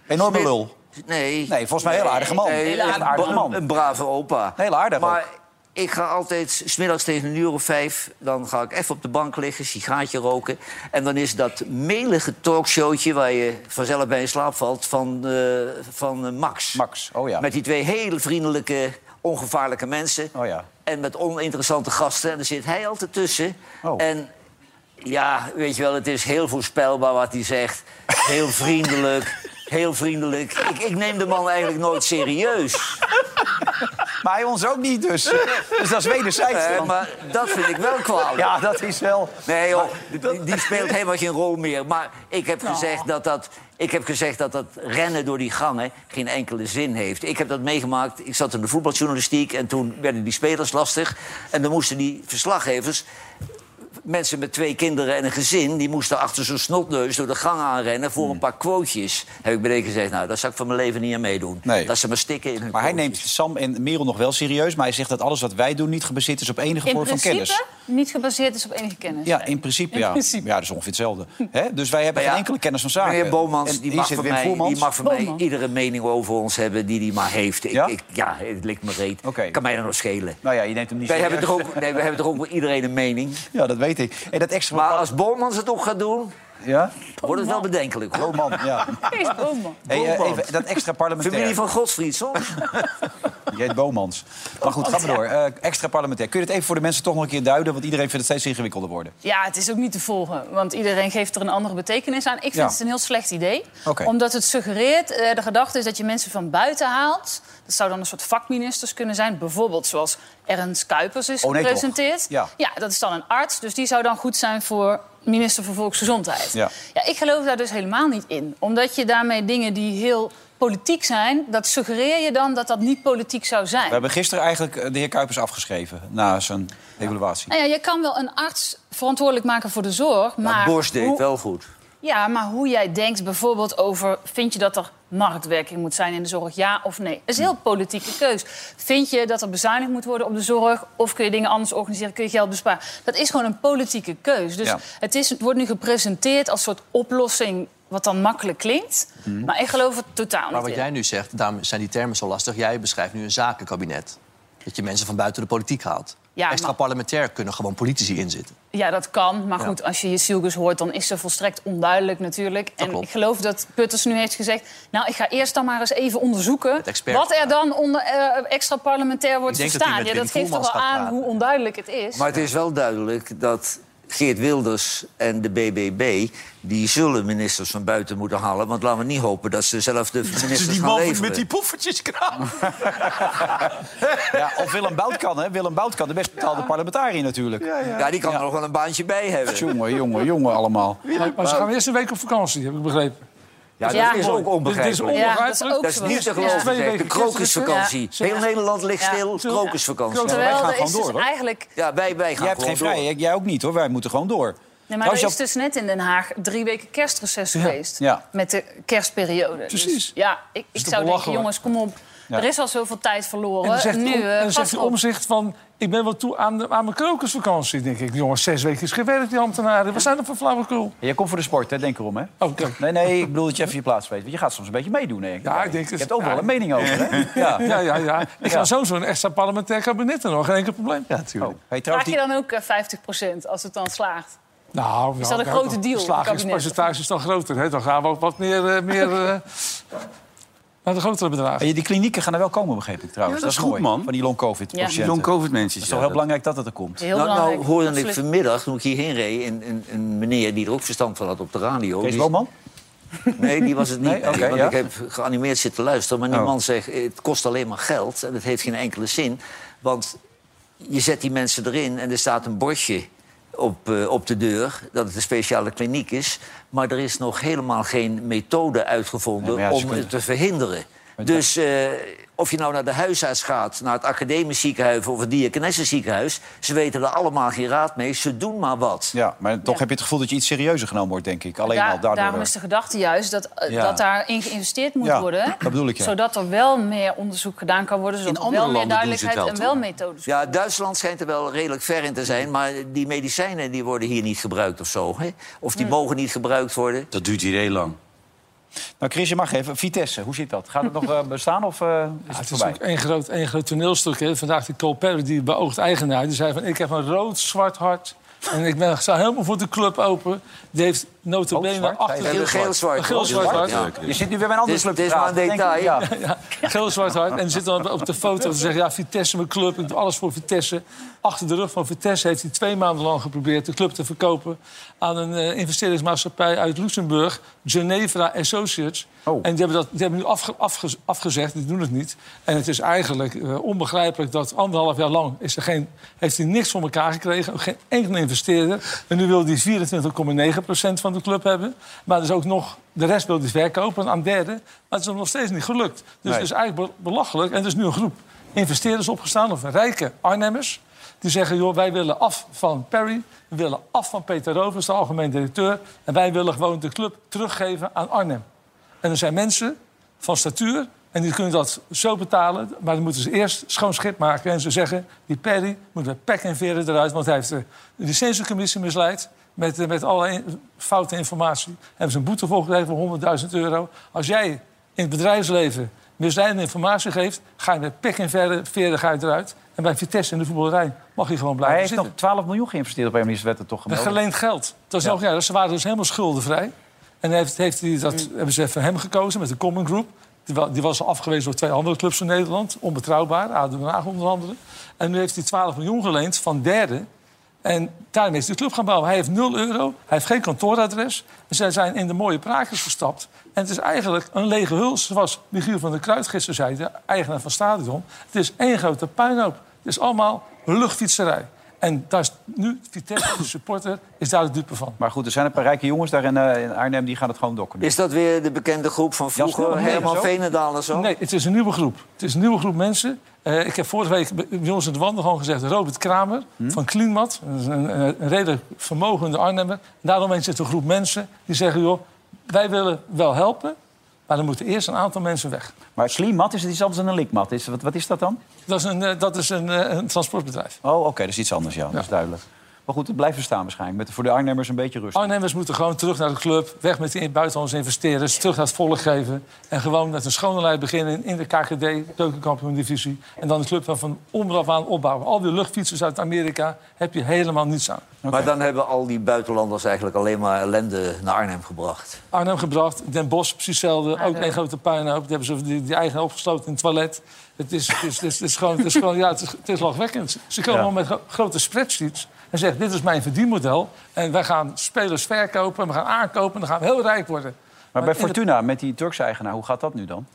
[SPEAKER 1] Enorme lul.
[SPEAKER 3] Nee.
[SPEAKER 1] Nee, volgens mij een heel aardige man. Heel
[SPEAKER 3] een
[SPEAKER 1] aardige man.
[SPEAKER 3] Een brave opa.
[SPEAKER 1] Heel aardig
[SPEAKER 3] Maar
[SPEAKER 1] ook.
[SPEAKER 3] ik ga altijd, smiddags tegen een uur of vijf... dan ga ik even op de bank liggen, sigaartje roken. En dan is dat melige talkshowtje... waar je vanzelf bij in slaap valt, van, eh, van eh, Max.
[SPEAKER 1] Max, oh ja.
[SPEAKER 3] Met die twee hele vriendelijke, ongevaarlijke mensen.
[SPEAKER 1] Oh ja.
[SPEAKER 3] En met oninteressante gasten. En daar zit hij altijd tussen.
[SPEAKER 1] Oh.
[SPEAKER 3] En ja, weet je wel, het is heel voorspelbaar wat hij zegt. Heel vriendelijk. Heel vriendelijk. Ik, ik neem de man eigenlijk nooit serieus.
[SPEAKER 1] Maar hij ons ook niet, [LAUGHS] dus. Dus dat is wederzijds
[SPEAKER 3] Eh,
[SPEAKER 1] dan.
[SPEAKER 3] maar dat vind ik wel kwalijk.
[SPEAKER 1] Ja, dat is wel...
[SPEAKER 3] Nee, joh, die, die speelt helemaal geen rol meer. Maar ik heb, gezegd dat dat, ik heb gezegd dat dat rennen door die gangen geen enkele zin heeft. Ik heb dat meegemaakt. Ik zat in de voetbaljournalistiek en toen werden die spelers lastig. En dan moesten die verslaggevers. Mensen met twee kinderen en een gezin, die moesten achter zo'n snotneus door de gang
[SPEAKER 1] Hmm.
[SPEAKER 3] aanrennen voor een paar quotejes. Heb ik beneden gezegd, nou, daar zou ik van mijn leven niet aan meedoen.
[SPEAKER 1] Nee.
[SPEAKER 3] Dat ze maar stikken in hun
[SPEAKER 1] Maar hij
[SPEAKER 3] quotejes.
[SPEAKER 1] neemt Sam en Merel nog wel serieus. Maar hij zegt dat alles wat wij doen niet gebaseerd is op enige
[SPEAKER 5] In
[SPEAKER 1] vorm van kennis.
[SPEAKER 5] principe niet gebaseerd is op enige kennis.
[SPEAKER 1] Ja, in principe, ja. Ja, dat is ongeveer hetzelfde. Hè? Dus wij hebben
[SPEAKER 3] Maar ja,
[SPEAKER 1] geen enkele kennis van zaken.
[SPEAKER 3] Meneer Bomans,
[SPEAKER 1] En
[SPEAKER 3] die,
[SPEAKER 1] hier
[SPEAKER 3] mag
[SPEAKER 1] zit
[SPEAKER 3] van
[SPEAKER 1] Wim
[SPEAKER 3] mij,
[SPEAKER 1] Voermans.
[SPEAKER 3] die mag van mij
[SPEAKER 5] Bomans.
[SPEAKER 3] iedere mening over ons hebben die hij maar heeft. Ik,
[SPEAKER 1] Ja?
[SPEAKER 3] ja? Ik, ja, het likt me reet.
[SPEAKER 1] Oké.
[SPEAKER 3] Kan mij dan nog schelen.
[SPEAKER 1] Nou ja, je neemt hem niet
[SPEAKER 3] Wij hebben,
[SPEAKER 1] serieus.
[SPEAKER 3] toch ook, nee, we hebben toch ook voor iedereen een mening.
[SPEAKER 1] Ja, dat weet ik. En dat extra...
[SPEAKER 3] Maar als Bomans het ook gaat doen,
[SPEAKER 1] Ja?
[SPEAKER 3] wordt het wel bedenkelijk. hoor.
[SPEAKER 1] Oh man, ja.
[SPEAKER 5] Kees Boman.
[SPEAKER 1] Hey, eh,
[SPEAKER 3] Bomans.
[SPEAKER 1] even dat extra parlementair.
[SPEAKER 3] Familie van Godsfried, soms.
[SPEAKER 1] Je heet Bomans. Maar goed, gaan we door. Eh, extra parlementair. Kun je het even voor de mensen toch nog een keer duiden? Want iedereen vindt het steeds ingewikkelder worden.
[SPEAKER 5] Ja, het is ook niet te volgen, want iedereen geeft er een andere betekenis aan. Ik vind
[SPEAKER 1] Ja.
[SPEAKER 5] het een heel slecht idee,
[SPEAKER 1] Oké.
[SPEAKER 5] omdat het suggereert... eh, de gedachte is dat je mensen van buiten haalt. Dat zou dan een soort vakministers kunnen zijn. Bijvoorbeeld zoals Ernst Kuipers is
[SPEAKER 1] Oh, nee, toch?
[SPEAKER 5] gepresenteerd.
[SPEAKER 1] Ja.
[SPEAKER 5] dat is dan een arts, dus die zou dan goed zijn voor minister van Volksgezondheid.
[SPEAKER 1] Ja.
[SPEAKER 5] Ja, ik geloof daar dus helemaal niet in. Omdat je daarmee dingen die heel politiek zijn... dat suggereer je dan dat dat niet politiek zou zijn.
[SPEAKER 1] We hebben gisteren eigenlijk eh, de heer Kuipers afgeschreven. Na zijn evaluatie.
[SPEAKER 5] Nou ja, je kan wel een arts verantwoordelijk maken voor de zorg, maar...
[SPEAKER 3] Borst deed
[SPEAKER 5] hoe-
[SPEAKER 3] wel goed.
[SPEAKER 5] Ja, maar hoe jij denkt bijvoorbeeld over... vind je dat er marktwerking moet zijn in de zorg, ja of nee? Dat is een heel politieke keus. Vind je dat er bezuinigd moet worden op de zorg... of kun je dingen anders organiseren, kun je geld besparen? Dat is gewoon een politieke keus. Dus
[SPEAKER 1] Ja.
[SPEAKER 5] het, is, het wordt nu gepresenteerd als soort oplossing... wat dan makkelijk klinkt, maar ik geloof het totaal niet
[SPEAKER 4] Maar wat
[SPEAKER 5] in.
[SPEAKER 4] jij nu zegt, daarom zijn die termen zo lastig. Jij beschrijft nu een zakenkabinet. Dat je mensen van buiten de politiek haalt.
[SPEAKER 5] Ja,
[SPEAKER 4] Extra
[SPEAKER 5] maar-
[SPEAKER 4] parlementair kunnen gewoon politici in zitten.
[SPEAKER 5] Ja, dat kan. Maar
[SPEAKER 4] Ja.
[SPEAKER 5] goed, als je je Silgus hoort, dan is ze volstrekt onduidelijk natuurlijk. en
[SPEAKER 4] klopt.
[SPEAKER 5] ik geloof dat Putters nu heeft gezegd... nou, ik ga eerst dan maar eens even onderzoeken...
[SPEAKER 4] expert-
[SPEAKER 5] wat er dan onder eh, extra parlementair wordt
[SPEAKER 4] Ik denk dat
[SPEAKER 5] verstaan.
[SPEAKER 4] hij met
[SPEAKER 5] ja, dat
[SPEAKER 4] Wim
[SPEAKER 5] geeft toch wel
[SPEAKER 4] Voelmans gaat
[SPEAKER 5] aan
[SPEAKER 4] praten.
[SPEAKER 5] hoe onduidelijk het is.
[SPEAKER 3] Maar het is wel duidelijk dat Geert Wilders en de BBB... die zullen ministers van buiten moeten halen. Want laten we niet hopen dat ze zelf de ministers
[SPEAKER 1] dus
[SPEAKER 3] gaan leveren.
[SPEAKER 2] poffertjes kraan.
[SPEAKER 1] [LAUGHS] Ja, of Willem Boutkan, hè? Willem Boutkan, de best betaalde parlementariër natuurlijk.
[SPEAKER 3] Ja, die kan er nog wel een baantje bij hebben.
[SPEAKER 1] Jongen, jongen, jongen allemaal.
[SPEAKER 3] Ah.
[SPEAKER 6] Maar, maar ze gaan eerst een week op vakantie, heb ik begrepen.
[SPEAKER 3] Ja, dat
[SPEAKER 5] Ja.
[SPEAKER 3] is ook onbegrijpelijk.
[SPEAKER 6] Dit is
[SPEAKER 5] ja,
[SPEAKER 6] onbegrijpelijk.
[SPEAKER 5] dat is ook
[SPEAKER 3] Dat is
[SPEAKER 5] zo.
[SPEAKER 3] niet te
[SPEAKER 5] Ja.
[SPEAKER 3] geloven.
[SPEAKER 6] Twee
[SPEAKER 3] zeg. De
[SPEAKER 6] weken.
[SPEAKER 3] krokusvakantie.
[SPEAKER 6] Ja.
[SPEAKER 3] Heel Nederland ligt
[SPEAKER 5] Ja.
[SPEAKER 3] stil.
[SPEAKER 6] Ja.
[SPEAKER 3] Krokusvakantie.
[SPEAKER 6] Krokus.
[SPEAKER 5] Terwijl
[SPEAKER 1] gaan
[SPEAKER 5] er is
[SPEAKER 1] gewoon door,
[SPEAKER 5] dus
[SPEAKER 1] hoor.
[SPEAKER 5] eigenlijk...
[SPEAKER 3] Ja, wij, wij gaan
[SPEAKER 1] Jij hebt
[SPEAKER 3] gewoon
[SPEAKER 1] geen
[SPEAKER 3] door.
[SPEAKER 1] vrije, jij ook niet hoor. Wij moeten gewoon door.
[SPEAKER 5] Nee, maar
[SPEAKER 4] Nou,
[SPEAKER 1] Trouwens,
[SPEAKER 5] er is dus net in Den Haag drie weken kerstreces geweest.
[SPEAKER 1] Ja.
[SPEAKER 5] Met de kerstperiode.
[SPEAKER 6] Precies.
[SPEAKER 5] Dus, ja, ik, ik
[SPEAKER 6] toch
[SPEAKER 5] zou denken,
[SPEAKER 6] belachelijk?
[SPEAKER 5] jongens, kom op.
[SPEAKER 1] Ja.
[SPEAKER 5] Er is al zoveel tijd verloren.
[SPEAKER 6] En dan zegt,
[SPEAKER 5] nu, eh,
[SPEAKER 6] om, en dan
[SPEAKER 5] pas
[SPEAKER 6] zegt die
[SPEAKER 5] op.
[SPEAKER 6] omzicht van... ik ben wel toe aan, de, aan mijn krokusvakantie, denk ik. Jongens, zes weken is gewerkt, die ambtenaren. Wat zijn dat voor flauwekul?
[SPEAKER 1] Jij komt voor de sport, hè? denk erom hè?
[SPEAKER 6] Oh, ja.
[SPEAKER 1] Nee, nee, ik bedoel dat je even je plaats weet. Want je gaat soms een beetje meedoen, hè?
[SPEAKER 6] Ja, ik denk
[SPEAKER 1] Je
[SPEAKER 6] het-
[SPEAKER 1] hebt ook wel
[SPEAKER 6] ja.
[SPEAKER 1] een mening over, hè? Ja.
[SPEAKER 6] Ja, ja, ja. Ik
[SPEAKER 1] Ja.
[SPEAKER 6] ga sowieso een extra parlementair kabinet en nog geen enkel probleem.
[SPEAKER 4] Ja, natuurlijk.
[SPEAKER 1] Oh, hey,
[SPEAKER 5] Vraag
[SPEAKER 2] Nou,
[SPEAKER 1] trouwens,
[SPEAKER 5] je
[SPEAKER 1] die...
[SPEAKER 5] dan ook eh, 50% als het dan slaagt?
[SPEAKER 6] Nou,
[SPEAKER 5] dat een grote deal,
[SPEAKER 6] Het
[SPEAKER 5] kabinet?
[SPEAKER 6] slagingspercentage is dan groter. Hè? Dan gaan we ook wat meer, eh, meer eh, naar de grotere bedragen.
[SPEAKER 1] Hey, die klinieken gaan er wel komen, begreep ik trouwens.
[SPEAKER 2] Ja, dat is
[SPEAKER 1] mooi,
[SPEAKER 2] goed, man.
[SPEAKER 1] Van die long-covid-patiënten.
[SPEAKER 5] Ja.
[SPEAKER 2] Long covid mensen.
[SPEAKER 1] Het is toch heel belangrijk dat het er komt.
[SPEAKER 5] Heel
[SPEAKER 3] Nou,
[SPEAKER 5] belangrijk.
[SPEAKER 3] nou hoorde ik
[SPEAKER 5] absoluut.
[SPEAKER 3] vanmiddag, toen ik hierheen reed... een, een, een meneer die er ook verstand van had op de radio.
[SPEAKER 1] Kees
[SPEAKER 3] Die-
[SPEAKER 1] Boman?
[SPEAKER 3] Nee, die was het niet.
[SPEAKER 1] Nee? Oké,
[SPEAKER 3] Nee, want
[SPEAKER 1] ja. Oh.
[SPEAKER 3] ik heb geanimeerd zitten luisteren. Maar die man zegt, het kost alleen maar geld. En het heeft geen enkele zin. Want je zet die mensen erin en er staat een bordje op, eh, op de deur... dat het een speciale kliniek is. Maar er is nog helemaal geen methode uitgevonden
[SPEAKER 1] Nee, maar ja, ze
[SPEAKER 3] om
[SPEAKER 1] kunnen-
[SPEAKER 3] het te verhinderen. Dus eh, of je nou naar de huisarts gaat, naar het academisch ziekenhuis... of het diakonessenziekenhuis, ze weten er allemaal geen raad mee. Ze doen maar wat.
[SPEAKER 1] Ja, maar toch
[SPEAKER 5] Ja.
[SPEAKER 1] heb je het gevoel dat je iets serieuzer genomen wordt, denk ik. Alleen
[SPEAKER 5] Daar-
[SPEAKER 1] al daardoor.
[SPEAKER 5] daarom is de gedachte juist dat, eh,
[SPEAKER 1] Ja.
[SPEAKER 5] dat daarin geïnvesteerd moet
[SPEAKER 1] Ja,
[SPEAKER 5] worden.
[SPEAKER 1] dat bedoel ik, ja.
[SPEAKER 5] Zodat er wel meer onderzoek gedaan kan worden. Zodat
[SPEAKER 2] In
[SPEAKER 5] er
[SPEAKER 2] andere
[SPEAKER 5] wel meer
[SPEAKER 2] landen doen ze het
[SPEAKER 5] duidelijkheid en
[SPEAKER 2] wel,
[SPEAKER 5] wel methodes.
[SPEAKER 3] Ja, Duitsland schijnt er wel redelijk ver in te zijn. Maar die medicijnen die worden hier niet gebruikt of zo. Hè? Of die mogen niet gebruikt worden.
[SPEAKER 2] Dat duurt hier heel lang.
[SPEAKER 1] Nou, Chris, je mag even. Vitesse, hoe zit dat? Gaat het nog eh, bestaan of eh, is
[SPEAKER 6] Ja,
[SPEAKER 1] het
[SPEAKER 6] het is
[SPEAKER 1] voorbij?
[SPEAKER 6] ook één groot, één groot toneelstuk. Hè. Vandaag die Cole Perry, die beoogd eigenaar, die zei van... ik heb een rood-zwart hart en ik ben, sta helemaal voor de club open. Die heeft nota bene
[SPEAKER 1] Rood-zwart?
[SPEAKER 6] achter...
[SPEAKER 1] Zei
[SPEAKER 3] Geel, geel, zwart.
[SPEAKER 6] Een geel-zwart hart.
[SPEAKER 3] Ja.
[SPEAKER 1] Je zit nu weer bij een andere
[SPEAKER 3] Dit-
[SPEAKER 1] club
[SPEAKER 3] dit
[SPEAKER 1] te
[SPEAKER 3] is maar
[SPEAKER 1] praten.
[SPEAKER 3] een
[SPEAKER 1] Denk ik,
[SPEAKER 3] detail.
[SPEAKER 1] ja.
[SPEAKER 6] [LAUGHS] Geel-zwart hart. En die zit dan op de foto te zeggen... ja, Vitesse, mijn club, ik doe alles voor Vitesse. Achter de rug van Vitesse heeft hij twee maanden lang geprobeerd... de club te verkopen aan een eh, investeringsmaatschappij uit Luxemburg... Geneva Associates.
[SPEAKER 1] Oh.
[SPEAKER 6] En die hebben, dat, die hebben nu afge- afge- afgezegd, die doen het niet. En het is eigenlijk eh, onbegrijpelijk dat anderhalf jaar lang... Is er geen, heeft hij niks voor elkaar gekregen, ook geen enkele investeerder. En nu wil hij 24,9 van de club hebben. Maar er is ook nog... De rest wil hij verkopen aan derden. Maar het is hem nog steeds niet gelukt. Dus
[SPEAKER 1] Nee.
[SPEAKER 6] het is eigenlijk be- belachelijk. En er is nu een groep investeerders opgestaan, of rijke Arnhemmers... die zeggen, joh, wij willen af van Perry... we willen af van Peter Rovers, de algemeen directeur... en wij willen gewoon de club teruggeven aan Arnhem. En er zijn mensen van statuur... en die kunnen dat zo betalen... maar dan moeten ze eerst schoon schip maken... en ze zeggen, die Perry moet met pek en veren eruit... want hij heeft de licentiecommissie misleid... Met, eh, met alle in- foute informatie. Hebben ze een boete voor gekregen van 100.000 euro. Als jij in het bedrijfsleven misleidende informatie geeft... ga je met pek en verre- veren ga je eruit. En bij Vitesse in de voetballerij mag je gewoon
[SPEAKER 1] Hij
[SPEAKER 6] blijven
[SPEAKER 1] heeft nog
[SPEAKER 6] zitten.
[SPEAKER 1] 12 miljoen geïnvesteerd op een manier, werd het toch
[SPEAKER 6] Met
[SPEAKER 1] gemeld.
[SPEAKER 6] geleend geld. Dat is
[SPEAKER 1] Ja.
[SPEAKER 6] nog, ja, dus ze waren dus helemaal schuldenvrij. En heeft, heeft hij dat, hebben ze van hem gekozen met de Common Group. Die, wa- die was al afgewezen door twee andere clubs in Nederland. Onbetrouwbaar, ADO Den Haag onder andere. En nu heeft hij 12 miljoen geleend van derden. En daarmee is de club gaan bouwen. Hij heeft 0 euro, hij heeft geen kantooradres. En zij zijn in de mooie praatjes gestapt. En het is eigenlijk een lege huls, zoals Michiel van der Kruid gisteren zei, de eigenaar van het stadion. Het is één grote puinhoop. Het is allemaal luchtfietserij. En daar is nu Vitesse, [COUGHS] de supporter, is daar de dupe van.
[SPEAKER 1] Maar goed, er zijn een paar rijke jongens daar in, eh, in Arnhem... die gaan het gewoon dokken.
[SPEAKER 3] Is dat weer de bekende groep van
[SPEAKER 1] Jan
[SPEAKER 3] vroeger?
[SPEAKER 1] Snel, nee,
[SPEAKER 3] Herman
[SPEAKER 1] zo?
[SPEAKER 3] Veenendaal en zo?
[SPEAKER 6] Nee, het is een nieuwe groep. Het is een nieuwe groep mensen. Eh, ik heb vorige week bij bij ons in de wandel gewoon gezegd... Robert Kramer van Klienmat, dat is een, een, een redelijk vermogende Arnhemmer. En daaromheen zit een groep mensen die zeggen... joh, wij willen wel helpen, maar er moeten eerst een aantal mensen weg.
[SPEAKER 1] Maar slimmat is het iets anders dan een likmat. Is, wat, wat is dat dan?
[SPEAKER 6] Dat is een, eh, dat is een, eh, een transportbedrijf.
[SPEAKER 1] Oh, oké, dat is iets anders, ja. Dat is duidelijk. Maar goed, het blijft er staan waarschijnlijk. Met, voor de Arnhemmers een beetje rust.
[SPEAKER 6] Arnhemmers moeten gewoon terug naar de club. Weg met die buitenlandse investeerders. Terug naar het volk geven. En gewoon met een schone lijn beginnen in- in de KKD, keukenkampioen divisie. En dan de club dan van onderaf aan opbouwen. Al die luchtfietsers uit Amerika heb je helemaal niets aan.
[SPEAKER 3] Maar dan hebben al die buitenlanders eigenlijk alleen maar ellende naar Arnhem gebracht.
[SPEAKER 6] Arnhem gebracht, Den Bosch precies hetzelfde. Ook één grote puinhoop. Die hebben ze die, die eigen opgesloten in het toilet. Het is, het is, het is, het is gewoon, het is gewoon ja, het is, het is lachwekkend. Ze komen al met gro- grote spreadsheets en zeggen: Dit is mijn verdienmodel. En wij gaan spelers verkopen, en we gaan aankopen en dan gaan we heel rijk worden.
[SPEAKER 1] Maar bij
[SPEAKER 6] in de-
[SPEAKER 1] Fortuna, met die Turkse eigenaar, hoe gaat dat nu dan?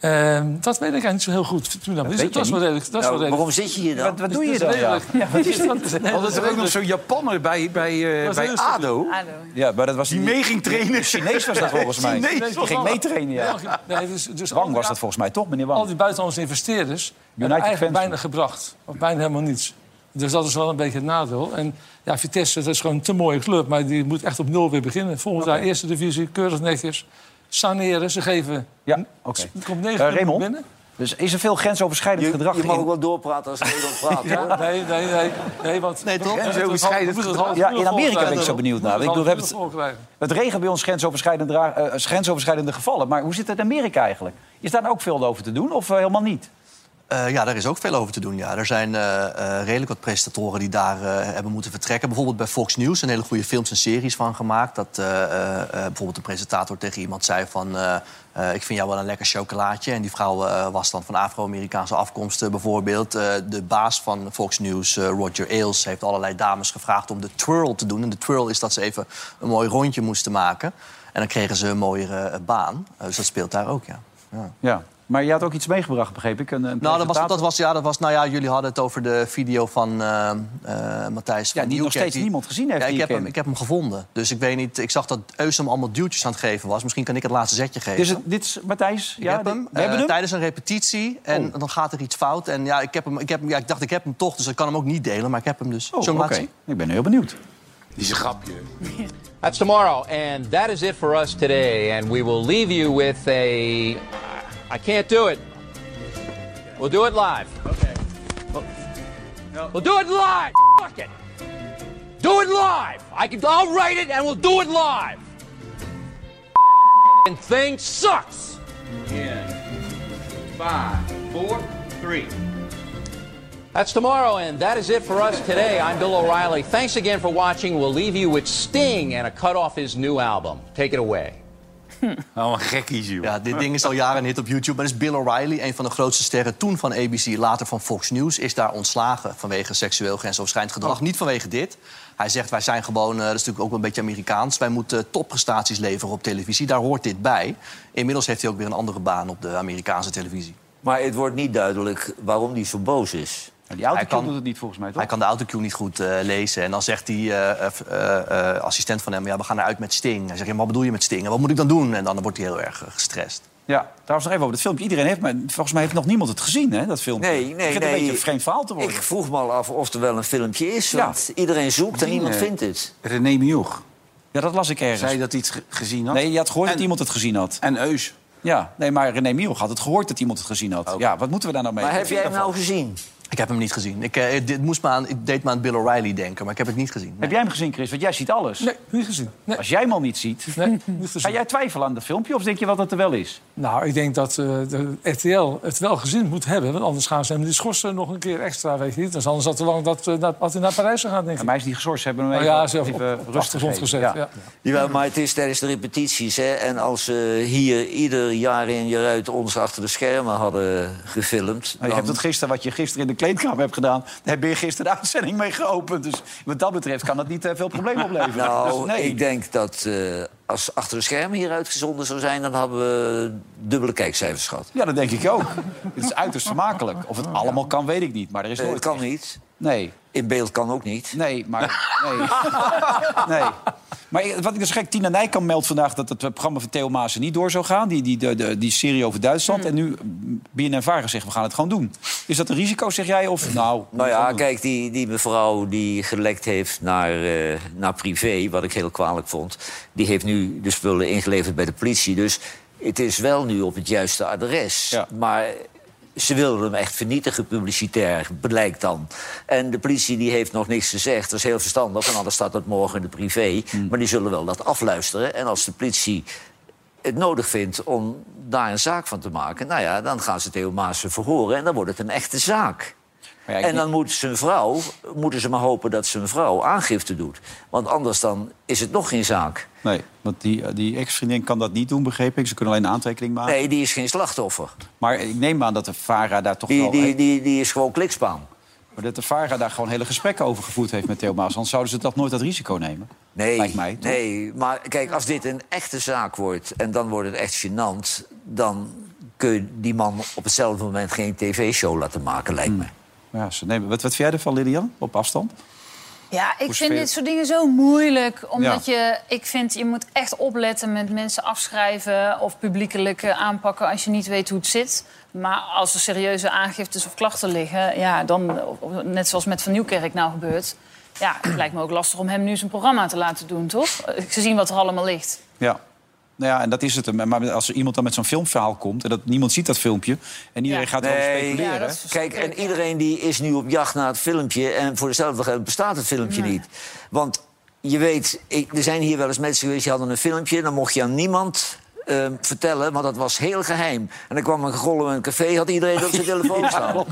[SPEAKER 6] Ehm, dat weet ik eigenlijk niet zo heel goed. Fortuna, maar
[SPEAKER 1] weet
[SPEAKER 6] is-
[SPEAKER 1] je
[SPEAKER 6] dat is wel
[SPEAKER 1] niet.
[SPEAKER 6] redelijk. Dat is
[SPEAKER 3] Nou,
[SPEAKER 6] wel redelijk.
[SPEAKER 3] waarom zit je hier dan?
[SPEAKER 1] Wat, wat doe je
[SPEAKER 6] Dat
[SPEAKER 1] dan?
[SPEAKER 6] is
[SPEAKER 1] Ja.
[SPEAKER 6] redelijk. Ja, wat is [LAUGHS] dat?
[SPEAKER 1] [LAUGHS]
[SPEAKER 2] Hadden er ook nog zo'n Japanner bij, bij, eh,
[SPEAKER 6] Dat is
[SPEAKER 2] bij
[SPEAKER 6] heel
[SPEAKER 2] ADO?
[SPEAKER 5] ADO.
[SPEAKER 1] ja, maar dat was
[SPEAKER 2] Die mee ging trainen.
[SPEAKER 1] Chinees was dat volgens mij.
[SPEAKER 2] Chinees was
[SPEAKER 1] Die ging
[SPEAKER 6] dat.
[SPEAKER 1] meetrainen, ja.
[SPEAKER 6] Nee, dus, dus al
[SPEAKER 1] Wang
[SPEAKER 6] die-
[SPEAKER 1] was dat volgens mij toch, meneer
[SPEAKER 6] Al
[SPEAKER 1] Wang?
[SPEAKER 6] die buitenlandse investeerders hebben
[SPEAKER 1] fans
[SPEAKER 6] eigenlijk
[SPEAKER 1] niet.
[SPEAKER 6] bijna gebracht. Of bijna helemaal niets. Dus dat is wel een beetje het nadeel. En ja, Vitesse, dat is gewoon een te mooie club. Maar die moet echt op nul weer beginnen. Volgend jaar eerste divisie, keurig netjes. Saneren, ze geven...
[SPEAKER 1] Ja, oké.
[SPEAKER 6] Er komt negen
[SPEAKER 1] Eh, Raymond?
[SPEAKER 6] binnen.
[SPEAKER 1] Dus is er veel grensoverschrijdend
[SPEAKER 3] Je,
[SPEAKER 1] gedrag
[SPEAKER 3] je mag ook
[SPEAKER 1] in?
[SPEAKER 3] wel doorpraten als Nederland praat. hoor.
[SPEAKER 6] Ja, nee, nee, nee, nee. Want
[SPEAKER 4] Nee, toch?
[SPEAKER 6] We moeten het
[SPEAKER 2] Grensoverschrijdend
[SPEAKER 6] half- we moeten het
[SPEAKER 2] gedrag.
[SPEAKER 6] half
[SPEAKER 1] Ja,
[SPEAKER 6] uur
[SPEAKER 1] in Amerika ben ik zo
[SPEAKER 6] volkrijgen.
[SPEAKER 1] benieuwd naar.
[SPEAKER 6] We
[SPEAKER 1] Ik bedoel, we hebben
[SPEAKER 6] moeten
[SPEAKER 1] het-
[SPEAKER 6] half uur volkrijgen.
[SPEAKER 1] Het regent bij ons grensoverschrijdende, dra- eh, grensoverschrijdende gevallen. Maar hoe zit het in Amerika eigenlijk? Is daar nou ook veel over te doen of eh, helemaal niet?
[SPEAKER 4] Eh, ja, daar is ook veel over te doen. Ja. Er zijn eh, eh, redelijk wat presentatoren die daar eh, hebben moeten vertrekken. Bijvoorbeeld bij Fox News zijn hele goede films en series van gemaakt. Dat eh, eh, eh, bijvoorbeeld een presentator tegen iemand zei van... eh, eh, ik vind jou wel een lekker chocolaatje. En die vrouw eh, was dan van Afro-Amerikaanse afkomst eh, bijvoorbeeld. Eh, de baas van Fox News, eh, Roger Ailes, heeft allerlei dames gevraagd om de twirl te doen. En de twirl is dat ze even een mooi rondje moesten maken. En dan kregen ze een mooiere eh, baan. Eh, dus dat speelt daar ook, ja.
[SPEAKER 1] Ja. Maar je had ook iets meegebracht, begreep ik. Een, een
[SPEAKER 4] Nou, dat was,
[SPEAKER 1] presentator.
[SPEAKER 4] dat was, ja, dat was, nou ja, jullie hadden het over de video van eh, eh, Matthijs van
[SPEAKER 1] Ja, die nog
[SPEAKER 4] Nieuwkerk,
[SPEAKER 1] steeds niemand gezien heeft,
[SPEAKER 4] Ja,
[SPEAKER 1] die je
[SPEAKER 4] ik, heb hem,
[SPEAKER 1] kent.
[SPEAKER 4] ik heb hem gevonden. Dus ik weet niet, ik zag dat Eus hem allemaal duwtjes aan het geven was. Misschien kan ik het laatste zetje geven.
[SPEAKER 1] Dus het- dit is Matthijs.
[SPEAKER 4] ik
[SPEAKER 1] ja,
[SPEAKER 4] heb
[SPEAKER 1] dit-
[SPEAKER 4] hem,
[SPEAKER 1] we hebben
[SPEAKER 4] eh,
[SPEAKER 1] hem. Oh.
[SPEAKER 4] tijdens een repetitie en dan gaat er iets fout. En ja, ik, heb hem, ik, heb hem, ja, ik dacht, ik heb hem toch, dus ik kan hem ook niet delen. Maar ik heb hem dus.
[SPEAKER 1] Oh,
[SPEAKER 4] Zullen we hem laten
[SPEAKER 1] oké.
[SPEAKER 4] zien?
[SPEAKER 1] Ik ben heel benieuwd.
[SPEAKER 2] Die is een grapje.
[SPEAKER 9] That's tomorrow, and that is it for us today. And we will leave you with a. I can't do it. We'll do it live. Okay. We'll do it live. Fuck it. Do it live. I can. I'll write it, and we'll do it live. And thing sucks. That's tomorrow, and that is it for us today. I'm Bill O'Reilly. Thanks again for watching. We'll leave you with Sting and a cut off his new album. Take it away.
[SPEAKER 1] Nou,
[SPEAKER 2] Allemaal gekkies, joh.
[SPEAKER 4] Ja, dit ding is al jaren een hit op YouTube. Maar dat is Bill O'Reilly, een van de grootste sterren toen van ABC, later van Fox News, is daar ontslagen vanwege seksueel grensoverschrijdend gedrag.
[SPEAKER 1] Oh.
[SPEAKER 4] Niet vanwege dit. Hij zegt, wij zijn gewoon, eh, dat is natuurlijk ook wel een beetje Amerikaans... wij moeten topprestaties leveren op televisie. Daar hoort dit bij. Inmiddels heeft hij ook weer een andere baan op de Amerikaanse televisie.
[SPEAKER 3] Maar het wordt niet duidelijk waarom die zo boos is.
[SPEAKER 1] Die auto
[SPEAKER 4] kan-
[SPEAKER 1] doet het niet volgens mij, toch?
[SPEAKER 4] Hij kan de autocue niet goed eh, lezen. En dan zegt die eh, eh, eh, eh, assistent van hem, ja, we gaan eruit met Sting. Hij zegt, ja, maar wat bedoel je met Sting? En wat moet ik dan doen? En dan wordt hij heel erg eh, gestrest.
[SPEAKER 1] Ja, trouwens nog even over het filmpje. Iedereen heeft, maar volgens mij heeft nog niemand het gezien, hè, dat filmpje.
[SPEAKER 3] Nee, nee,
[SPEAKER 1] Het begint
[SPEAKER 3] nee.
[SPEAKER 1] een beetje een vreemd verhaal te worden.
[SPEAKER 3] Ik vroeg me al af of er wel een filmpje is.
[SPEAKER 1] Ja.
[SPEAKER 3] Want iedereen zoekt en
[SPEAKER 2] Die,
[SPEAKER 3] niemand
[SPEAKER 2] eh,
[SPEAKER 3] vindt het.
[SPEAKER 2] René Mioch.
[SPEAKER 1] Ja, dat las ik ergens.
[SPEAKER 2] Zei dat hij iets ge- gezien had?
[SPEAKER 1] Nee, je had gehoord
[SPEAKER 2] en,
[SPEAKER 1] dat iemand het gezien had.
[SPEAKER 2] En Eus.
[SPEAKER 1] Ja, nee, maar René Mioch had het gehoord dat iemand het gezien had. Ja, wat moeten we daar nou mee?
[SPEAKER 3] Maar heb
[SPEAKER 1] Wat
[SPEAKER 3] jij hem
[SPEAKER 1] vind je
[SPEAKER 3] nou
[SPEAKER 1] daarvan?
[SPEAKER 3] gezien?
[SPEAKER 4] Ik heb hem niet gezien. Ik, eh, dit moest me aan, ik deed me aan Bill O'Reilly denken, maar ik heb het niet gezien.
[SPEAKER 1] Heb jij hem gezien, Chris? Want jij ziet alles.
[SPEAKER 6] Nee, niet gezien. Nee,
[SPEAKER 1] Als jij hem al niet ziet,
[SPEAKER 6] nee, niet
[SPEAKER 1] ga
[SPEAKER 6] gezien.
[SPEAKER 1] jij twijfelen aan dat filmpje? Of denk je wat dat er wel is?
[SPEAKER 6] Nou, ik denk dat eh, de RTL het wel gezien moet hebben. Want anders gaan ze hem die schorsen nog een keer extra, weet je niet. Dus anders had, te lang dat, eh, dat, had hij naar Parijs gegaan, denk
[SPEAKER 1] En
[SPEAKER 6] ik.
[SPEAKER 1] mij is die geschorst, ze hebben hem
[SPEAKER 6] Nou
[SPEAKER 1] even,
[SPEAKER 6] ja, ze
[SPEAKER 1] even
[SPEAKER 6] hebben op, op de
[SPEAKER 1] rustig
[SPEAKER 6] achtergrond gezet. Ja.
[SPEAKER 3] Jawel, maar het is tijdens de repetities. Hè? En als ze hier ieder jaar in jaar uit ons achter de schermen hadden gefilmd...
[SPEAKER 1] Nou, je hebt het gisteren, wat je gisteren in de kleedkamer hebt gedaan... daar heb je gisteren de uitzending mee geopend. Dus wat dat betreft kan dat niet eh, veel problemen [LAUGHS] opleveren.
[SPEAKER 3] Nou,
[SPEAKER 1] Dus nee.
[SPEAKER 3] ik denk dat eh, als achter de schermen hier uitgezonden zou zijn... dan hadden we dubbele kijkcijfers gehad.
[SPEAKER 1] [LAUGHS] Ja, dat denk ik ook. het is uiterst vermakelijk. Of het allemaal kan, weet ik niet. Maar er is
[SPEAKER 3] Eh,
[SPEAKER 1] nooit
[SPEAKER 3] dat kan niet.
[SPEAKER 1] Nee,
[SPEAKER 3] In beeld kan ook niet.
[SPEAKER 1] nee, maar... Nee. [LAUGHS] nee. Maar ik- wat ik dus gek, Tina Nijkamp meldt vandaag dat het eh, programma van Theo Maassen niet door zou gaan. Die, die, de, de- die serie over Duitsland. En nu mm, BNN Varen zegt, we gaan het gewoon doen. Is dat een risico, zeg jij? Of nou...
[SPEAKER 3] Nou ja,
[SPEAKER 1] gewoon doen.
[SPEAKER 3] kijk, die, die mevrouw die gelekt heeft naar, eh, naar privé, wat ik heel kwalijk vond... die heeft nu de spullen ingeleverd bij de politie. Dus het is wel nu op het juiste adres.
[SPEAKER 1] Ja.
[SPEAKER 3] Maar ze wilden hem echt vernietigen, publicitair, blijkt dan. En de politie die heeft nog niks gezegd. Dat is heel verstandig, want anders staat dat morgen in de privé.
[SPEAKER 1] Hmm.
[SPEAKER 3] Maar die zullen wel dat afluisteren. En als de politie het nodig vindt om daar een zaak van te maken... nou ja, dan gaan ze Theo Maassen verhoren en dan wordt het een echte zaak.
[SPEAKER 1] Maar ja, ik
[SPEAKER 3] En dan moet zijn vrouw, moeten ze maar hopen dat zijn vrouw aangifte doet. Want anders dan is het nog geen zaak.
[SPEAKER 1] Nee, want die, die ex-vriendin kan dat niet doen, begreep ik. Ze kunnen alleen een aantekening maken.
[SPEAKER 3] Nee, die is geen slachtoffer.
[SPEAKER 1] Maar ik neem aan dat de VARA daar toch
[SPEAKER 3] Die,
[SPEAKER 1] wel...
[SPEAKER 3] die, die, die is gewoon klikspaan.
[SPEAKER 1] Maar dat de VARA daar gewoon hele gesprekken over gevoerd heeft met Theo Maas. Anders zouden ze dat nooit dat risico nemen.
[SPEAKER 3] Nee,
[SPEAKER 1] Lijkt mij, toch?
[SPEAKER 3] nee, maar kijk, als dit een echte zaak wordt en dan wordt het echt gênant... dan kun je die man op hetzelfde moment geen tv-show laten maken, lijkt
[SPEAKER 1] Hmm.
[SPEAKER 3] me.
[SPEAKER 1] Ja, ze nemen. Wat, wat vind jij ervan, Lilian? Op afstand?
[SPEAKER 5] Ja, ik
[SPEAKER 1] sfeer-
[SPEAKER 5] vind dit soort dingen zo moeilijk. Omdat je, ik vind, je moet echt opletten met mensen afschrijven of publiekelijk eh, aanpakken als je niet weet hoe het zit. Maar als er serieuze aangiftes of klachten liggen, ja, dan, of- of- net zoals met Van Nieuwkerk nou gebeurt. Ja, het lijkt me ook lastig om hem nu zijn programma te laten doen, toch? Eh, Gezien wat er allemaal ligt.
[SPEAKER 1] Ja. Nou ja, en dat is het. Maar- Maar als er iemand dan met zo'n filmverhaal komt... en dat, niemand ziet dat filmpje... en iedereen
[SPEAKER 5] Ja.
[SPEAKER 1] gaat erover
[SPEAKER 3] Nee.
[SPEAKER 1] speculeren...
[SPEAKER 5] Ja, dat is
[SPEAKER 3] Kijk, en iedereen die is nu op jacht naar het filmpje. En voor dezelfde geld bestaat het filmpje niet. Want je weet, ik, er zijn hier wel eens mensen geweest die hadden een filmpje. Dan mocht je aan niemand eh, vertellen, want dat was heel geheim. En dan kwam een golem in een café, had iedereen
[SPEAKER 5] [LAUGHS]
[SPEAKER 3] op zijn telefoon staan.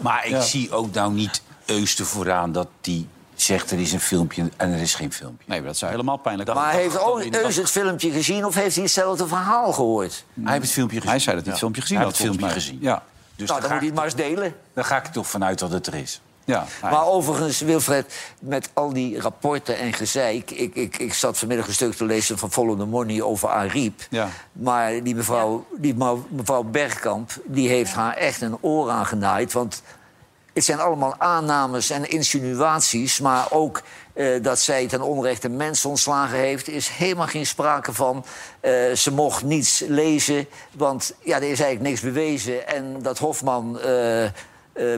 [SPEAKER 2] Maar ik zie ook nou niet Eusten vooraan dat die zegt er is een filmpje en er is geen filmpje.
[SPEAKER 1] Nee, maar dat zou helemaal pijnlijk
[SPEAKER 3] Maar
[SPEAKER 1] zijn.
[SPEAKER 3] heeft ook Eus het filmpje gezien of heeft hij hetzelfde verhaal gehoord?
[SPEAKER 2] Hij heeft het filmpje gezien.
[SPEAKER 1] Hij zei dat Dus hij het
[SPEAKER 2] Ja.
[SPEAKER 1] filmpje gezien
[SPEAKER 2] Hij
[SPEAKER 1] had,
[SPEAKER 2] heeft het filmpje
[SPEAKER 1] volgens
[SPEAKER 2] gezien.
[SPEAKER 1] mij. Ja.
[SPEAKER 2] Dus
[SPEAKER 3] nou, dan
[SPEAKER 2] dan, ga
[SPEAKER 3] moet hij
[SPEAKER 2] ik,
[SPEAKER 3] het maar eens delen.
[SPEAKER 2] dan ga ik er toch vanuit dat het er is.
[SPEAKER 1] Ja.
[SPEAKER 3] Maar overigens, Wilfred, met al die rapporten en gezeik... Ik, ik, ik zat vanmiddag een stuk te lezen van Follow the Money over Ariep.
[SPEAKER 1] Ja.
[SPEAKER 3] Maar die mevrouw, die mou- mevrouw Bergkamp die heeft haar echt een oor aangenaaid. Want het zijn allemaal aannames en insinuaties... maar ook eh, dat zij ten onrechte mensen ontslagen heeft... is helemaal geen sprake van. Eh, ze mocht niets lezen, want ja, er is eigenlijk niks bewezen. En dat Hofman... eh, eh,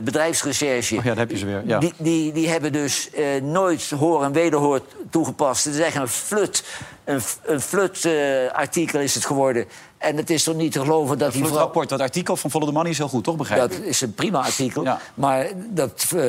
[SPEAKER 3] bedrijfsrecherche.
[SPEAKER 1] Oh ja, dat heb je ze weer, ja.
[SPEAKER 3] Die, die, die hebben dus eh, nooit hoor en wederhoor toegepast. Het is echt een flut. Een, f- een flut-artikel is het geworden. En het is toch niet te geloven dat die
[SPEAKER 1] Het
[SPEAKER 3] vrouw...
[SPEAKER 1] rapport, dat artikel van Follow the Money is heel goed, toch? Begrijp
[SPEAKER 3] Dat
[SPEAKER 1] ik?
[SPEAKER 3] is een prima artikel.
[SPEAKER 1] Ja.
[SPEAKER 3] Maar dat, eh,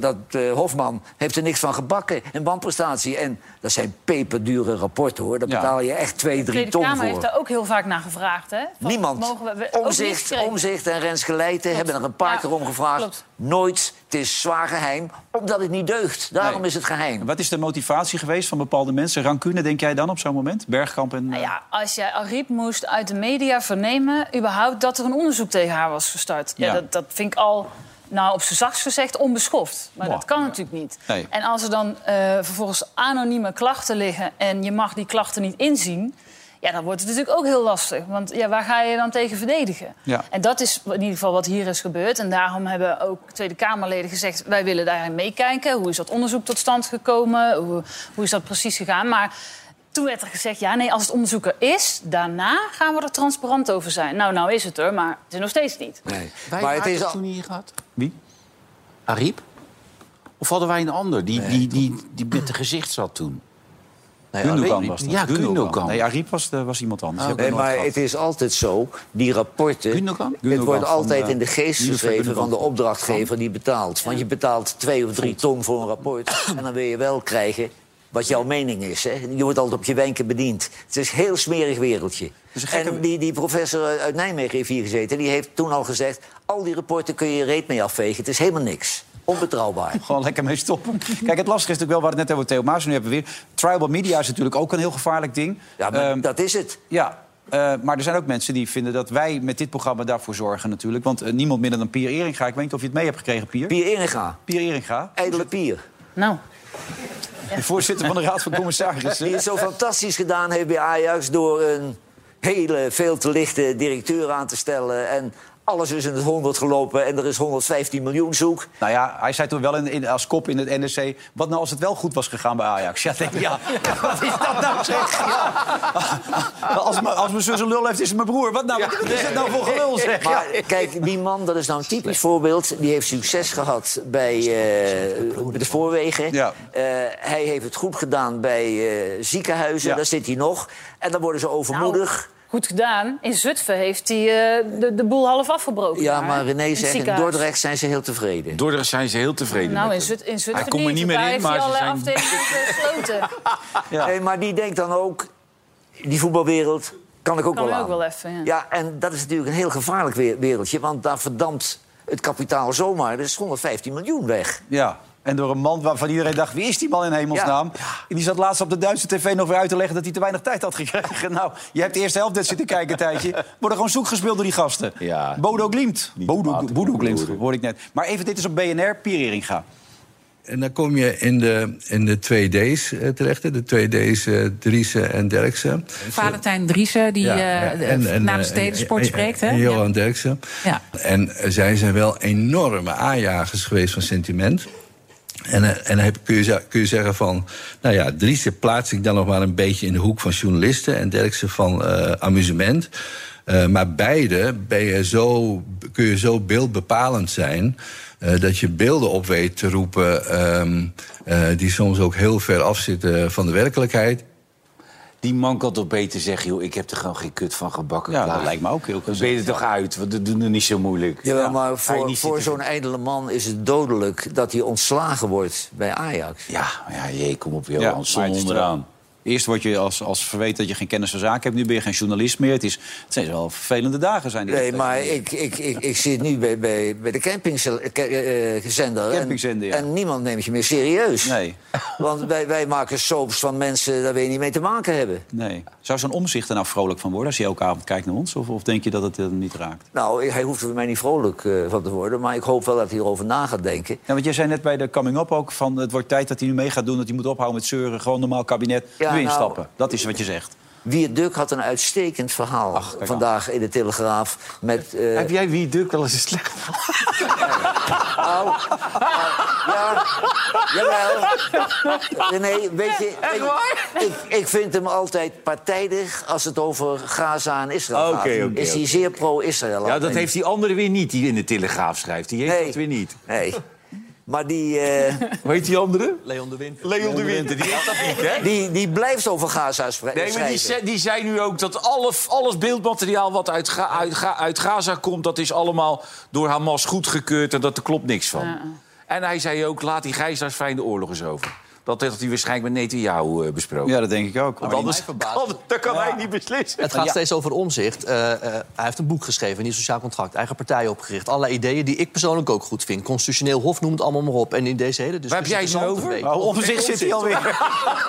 [SPEAKER 3] dat eh, Hofman heeft er niks van gebakken. Een wanprestatie. En dat zijn peperdure rapporten, hoor. Daar
[SPEAKER 1] Ja.
[SPEAKER 3] betaal je echt twee,
[SPEAKER 5] De
[SPEAKER 3] drie
[SPEAKER 5] Tweede
[SPEAKER 3] ton
[SPEAKER 5] Kamer
[SPEAKER 3] voor.
[SPEAKER 5] heeft daar ook heel vaak naar gevraagd, hè? Van,
[SPEAKER 3] Niemand.
[SPEAKER 5] mogen we- we- ook niet
[SPEAKER 3] omzicht,
[SPEAKER 5] krijgen.
[SPEAKER 3] omzicht en Rens Geleijten hebben er een paar
[SPEAKER 5] Ja,
[SPEAKER 3] keer om gevraagd.
[SPEAKER 5] klopt.
[SPEAKER 3] Nooit. Het is zwaar geheim, omdat het niet deugt. Daarom
[SPEAKER 1] Nee.
[SPEAKER 3] is het geheim.
[SPEAKER 1] En Wat is de motivatie geweest van bepaalde mensen? Rancune, denk jij dan op zo'n moment? Bergkamp en...
[SPEAKER 5] Nou ja, als jij Ariep moest uit de media vernemen... überhaupt dat er een onderzoek tegen haar was gestart. Ja,
[SPEAKER 1] Ja.
[SPEAKER 5] Dat, dat vind ik al, nou, op zijn zachtst gezegd, onbeschoft. Maar
[SPEAKER 1] Wow.
[SPEAKER 5] dat kan natuurlijk niet.
[SPEAKER 1] Nee.
[SPEAKER 5] En als er dan eh, vervolgens anonieme klachten liggen... en je mag die klachten niet inzien... Ja, dan wordt het natuurlijk ook heel lastig. Want ja, waar ga je je dan tegen verdedigen?
[SPEAKER 1] Ja.
[SPEAKER 5] En dat is in ieder geval wat hier is gebeurd. En daarom hebben ook Tweede Kamerleden gezegd... wij willen daarin meekijken. Hoe is dat onderzoek tot stand gekomen? Hoe, hoe is dat precies gegaan? Maar toen werd er gezegd... ja, nee, als het onderzoek er is... daarna gaan we er transparant over zijn. Nou, nou is het er, maar het is nog steeds niet.
[SPEAKER 3] Nee.
[SPEAKER 2] Wij
[SPEAKER 3] Maar het is
[SPEAKER 2] het
[SPEAKER 3] al...
[SPEAKER 2] toen hier gehad?
[SPEAKER 1] Wie?
[SPEAKER 2] Ariep? Of hadden wij een ander die, die, die, die met de gezicht zat toen?
[SPEAKER 3] Nee,
[SPEAKER 1] Gundogan
[SPEAKER 3] alleen-
[SPEAKER 1] was dat.
[SPEAKER 2] Ja, Gundogan. Oh,
[SPEAKER 1] Nee, Ariep was, de- was iemand anders. Die
[SPEAKER 3] Nee,
[SPEAKER 1] hebben we nooit
[SPEAKER 3] maar het
[SPEAKER 1] gehad.
[SPEAKER 3] is altijd zo, die rapporten...
[SPEAKER 2] Gundogan?
[SPEAKER 3] het
[SPEAKER 1] Gundogan
[SPEAKER 3] wordt
[SPEAKER 1] van,
[SPEAKER 3] altijd
[SPEAKER 1] eh,
[SPEAKER 3] in de geest
[SPEAKER 1] Lieve
[SPEAKER 3] geschreven
[SPEAKER 1] Gundogan.
[SPEAKER 3] van de opdrachtgever die betaalt. Want je betaalt twee of drie ton voor een
[SPEAKER 1] [COUGHS]
[SPEAKER 3] rapport... en dan wil je wel krijgen wat jouw mening is. Hè? Je wordt altijd op je wenken bediend. Het is een heel smerig wereldje.
[SPEAKER 1] is een gekke-
[SPEAKER 3] En die, die professor uit Nijmegen heeft hier gezeten... die heeft toen al gezegd, al die rapporten kun je je reet mee afvegen. Het is helemaal niks. Onbetrouwbaar.
[SPEAKER 1] Gewoon lekker mee
[SPEAKER 2] [LAUGHS]
[SPEAKER 1] stoppen. Kijk, het lastige is natuurlijk wel, waar het net over Theo Maas, nu hebben we weer. Tribal media is natuurlijk ook een heel gevaarlijk ding.
[SPEAKER 3] Ja, maar
[SPEAKER 1] Ehm,
[SPEAKER 3] dat is het.
[SPEAKER 1] ja. eh, maar er zijn ook mensen die vinden dat wij met dit programma daarvoor zorgen natuurlijk. Want eh, niemand minder dan Pier Eringa. Ik weet niet of je het mee hebt gekregen, Pier. Pier,
[SPEAKER 3] Pier Inega,
[SPEAKER 1] Eringa,
[SPEAKER 3] ijdele pier.
[SPEAKER 5] Nou,
[SPEAKER 1] de voorzitter van de Raad van Commissarissen.
[SPEAKER 3] Die het zo fantastisch gedaan heeft bij Ajax door een hele veel te lichte directeur aan te stellen en Alles is in het 100 gelopen en er is 115 miljoen zoek.
[SPEAKER 1] Nou ja, hij zei toen wel in, in- als kop in het NRC... wat nou als het wel goed was gegaan bij Ajax? Ja, denk ik, ja, [LAUGHS] ja, wat is dat nou zeg? Ja. Als, mijn- als mijn zus een lul heeft, is het mijn broer. Wat, nou, wat, wat is het nou voor gelul zeg? Ja.
[SPEAKER 3] Maar kijk, die man, dat is nou een typisch voorbeeld. Die heeft succes gehad bij eh, de spoorwegen.
[SPEAKER 1] Ja.
[SPEAKER 3] Eh, hij heeft het goed gedaan bij eh, ziekenhuizen.
[SPEAKER 1] Ja.
[SPEAKER 3] Daar zit hij nog. En dan worden ze overmoedig.
[SPEAKER 5] Nou, goed gedaan. In Zutphen heeft hij eh, de, de boel half afgebroken.
[SPEAKER 3] ja,
[SPEAKER 5] daar,
[SPEAKER 3] maar
[SPEAKER 5] in
[SPEAKER 3] René
[SPEAKER 5] het
[SPEAKER 3] zegt, in
[SPEAKER 5] ziekenhuis.
[SPEAKER 3] Dordrecht zijn ze heel tevreden.
[SPEAKER 2] Dordrecht zijn ze heel tevreden
[SPEAKER 5] Nou,
[SPEAKER 2] met
[SPEAKER 5] in,
[SPEAKER 2] hem.
[SPEAKER 5] Zut, in Zutphen
[SPEAKER 2] Hij komt er niet meer
[SPEAKER 5] want
[SPEAKER 2] in,
[SPEAKER 5] daar
[SPEAKER 2] maar ze
[SPEAKER 5] heeft hij
[SPEAKER 2] zijn...
[SPEAKER 5] alle afdelingen [LAUGHS] gesloten.
[SPEAKER 3] Nee, Eh, maar die denkt dan ook, die voetbalwereld kan ik ook
[SPEAKER 5] Kan
[SPEAKER 3] wel
[SPEAKER 5] ik
[SPEAKER 3] aan.
[SPEAKER 5] ook wel even, ja.
[SPEAKER 3] en dat is natuurlijk een heel gevaarlijk we- wereldje. Want daar verdampt het kapitaal zomaar. Er is 115 miljoen weg.
[SPEAKER 1] Ja. En door een man waarvan iedereen dacht, wie is die man in hemelsnaam? En die zat laatst op de Duitse tv nog weer uit te leggen... dat hij te weinig tijd had gekregen. [LAUGHS] Nou, je hebt de eerste helft net zitten kijken een tijdje. Worden gewoon zoek gespeeld door die gasten.
[SPEAKER 2] Ja.
[SPEAKER 1] Bodo Glimt.
[SPEAKER 2] Niet
[SPEAKER 1] Bodo,
[SPEAKER 2] normaal te
[SPEAKER 1] Bodo
[SPEAKER 2] doen,
[SPEAKER 1] Glimt,
[SPEAKER 2] hoor.
[SPEAKER 1] hoorde ik net. Maar even, dit is op BNR, Pieringa.
[SPEAKER 10] En dan kom je in de, in de 2D's eh, terecht. hè. De 2D's, eh Driessen en Derksen.
[SPEAKER 11] Valentijn Driessen, die
[SPEAKER 10] Ja,
[SPEAKER 11] eh,
[SPEAKER 10] en- en, eh,
[SPEAKER 11] namens
[SPEAKER 10] en-
[SPEAKER 11] Stedensport
[SPEAKER 10] en-
[SPEAKER 11] spreekt.
[SPEAKER 10] en
[SPEAKER 11] Hè?
[SPEAKER 10] Johan Derksen.
[SPEAKER 11] Ja.
[SPEAKER 10] En eh, zij zijn wel enorme aanjagers geweest van sentiment. En, eh, en dan heb, kun, je, ze- kun je zeggen van... Nou ja, Driessen plaats ik dan nog maar een beetje in de hoek van journalisten... en Derksen van eh, amusement. Eh, maar beide ben je zo, kun je zo beeldbepalend zijn... eh, dat je beelden op weet te roepen... ehm, eh, die soms ook heel ver afzitten eh, van de werkelijkheid.
[SPEAKER 2] Die man kan toch beter zeggen, joh, ik heb er gewoon geen kut van gebakken.
[SPEAKER 1] Ja,
[SPEAKER 2] Klaar.
[SPEAKER 1] dat lijkt me ook heel
[SPEAKER 2] Dan ben je er toch uit, want dat doen er niet zo moeilijk.
[SPEAKER 3] Jawel,
[SPEAKER 2] Ja. Ga
[SPEAKER 3] maar
[SPEAKER 2] je
[SPEAKER 3] voor,
[SPEAKER 2] niet
[SPEAKER 3] voor
[SPEAKER 2] zitten-
[SPEAKER 3] zo'n ijdele man is het dodelijk dat hij ontslagen wordt bij Ajax.
[SPEAKER 2] Ja, maar ja, jee, kom op, Johan.
[SPEAKER 1] maar
[SPEAKER 2] Zon
[SPEAKER 1] het is
[SPEAKER 2] onderaan.
[SPEAKER 1] wel- Eerst word je als, als verweten dat je geen kennis van zaken hebt. Nu ben je geen journalist meer. Het, is, het zijn wel vervelende dagen. Zijn die
[SPEAKER 3] Nee, maar ik, ik, ik, ik zit nu bij, bij, bij de campingzender.
[SPEAKER 1] Campingzender,
[SPEAKER 3] eh, en,
[SPEAKER 1] ja.
[SPEAKER 3] en niemand neemt je meer serieus.
[SPEAKER 1] Nee.
[SPEAKER 3] Want wij, wij maken soaps van mensen daar we niet mee te maken hebben.
[SPEAKER 1] Nee. Zou zo'n omzicht er nou vrolijk van worden als je elke avond kijkt naar ons? Of, of denk je dat het hem niet raakt?
[SPEAKER 3] Nou, hij hoeft er voor mij niet vrolijk eh, van te worden. Maar ik hoop wel dat hij erover na gaat denken.
[SPEAKER 1] Ja, want jij zei net bij de coming-up ook van het wordt tijd dat hij nu mee gaat doen. Dat hij moet ophouden met zeuren. Gewoon normaal kabinet.
[SPEAKER 3] Ja,
[SPEAKER 1] nu
[SPEAKER 3] nou-
[SPEAKER 1] instappen. dat is wat je zegt.
[SPEAKER 3] Wierduk had een uitstekend verhaal
[SPEAKER 1] kijk aan.
[SPEAKER 3] vandaag in de Telegraaf. Met, eh,
[SPEAKER 2] [LAUGHS] Heb jij wie Duk wel eens een slecht
[SPEAKER 3] Nou, ja, jawel. René, weet je... ik- Ik, ik vind hem altijd partijdig als het over Gaza en Israël
[SPEAKER 2] Oké,
[SPEAKER 3] gaat.
[SPEAKER 2] oké,
[SPEAKER 3] is hij
[SPEAKER 2] oké.
[SPEAKER 3] zeer pro-Israël.
[SPEAKER 2] Ja, dat
[SPEAKER 3] altijd.
[SPEAKER 2] heeft die andere weer niet, die in de Telegraaf schrijft. Die heeft
[SPEAKER 3] Nee.
[SPEAKER 2] dat weer niet.
[SPEAKER 3] Nee. Maar die, eh,
[SPEAKER 2] Hoe heet die andere?
[SPEAKER 4] Leon de Winter.
[SPEAKER 2] Leon de Winter, die heeft dat niet, [LAUGHS] hè?
[SPEAKER 3] die, die blijft over Gaza spre-
[SPEAKER 2] Nee, maar die,
[SPEAKER 3] schrijven.
[SPEAKER 2] zei, die zei nu ook dat alle, alles beeldmateriaal wat uit, Ga- uit, Ga- uit Gaza komt... dat is allemaal door Hamas goedgekeurd en dat er klopt niks van. En hij zei ook, laat die gijzelaars fijn de oorlog eens over. Dat heeft hij waarschijnlijk met Netanyahu eh, besproken.
[SPEAKER 1] Ja, dat denk ik ook.
[SPEAKER 2] Want anders kan, dat kan hij niet beslissen.
[SPEAKER 4] Het gaat steeds over omzicht. Eh, eh, hij heeft een boek geschreven, een nieuw sociaal contract. Eigen partij opgericht. Allerlei ideeën die ik persoonlijk ook goed vind. Constitutioneel Hof noemt allemaal maar op. En in deze hele discussie...
[SPEAKER 2] Waar heb jij ze
[SPEAKER 4] zand een
[SPEAKER 2] over?
[SPEAKER 4] beetje.
[SPEAKER 1] Oh, omzicht zit hij alweer.
[SPEAKER 2] [LAUGHS]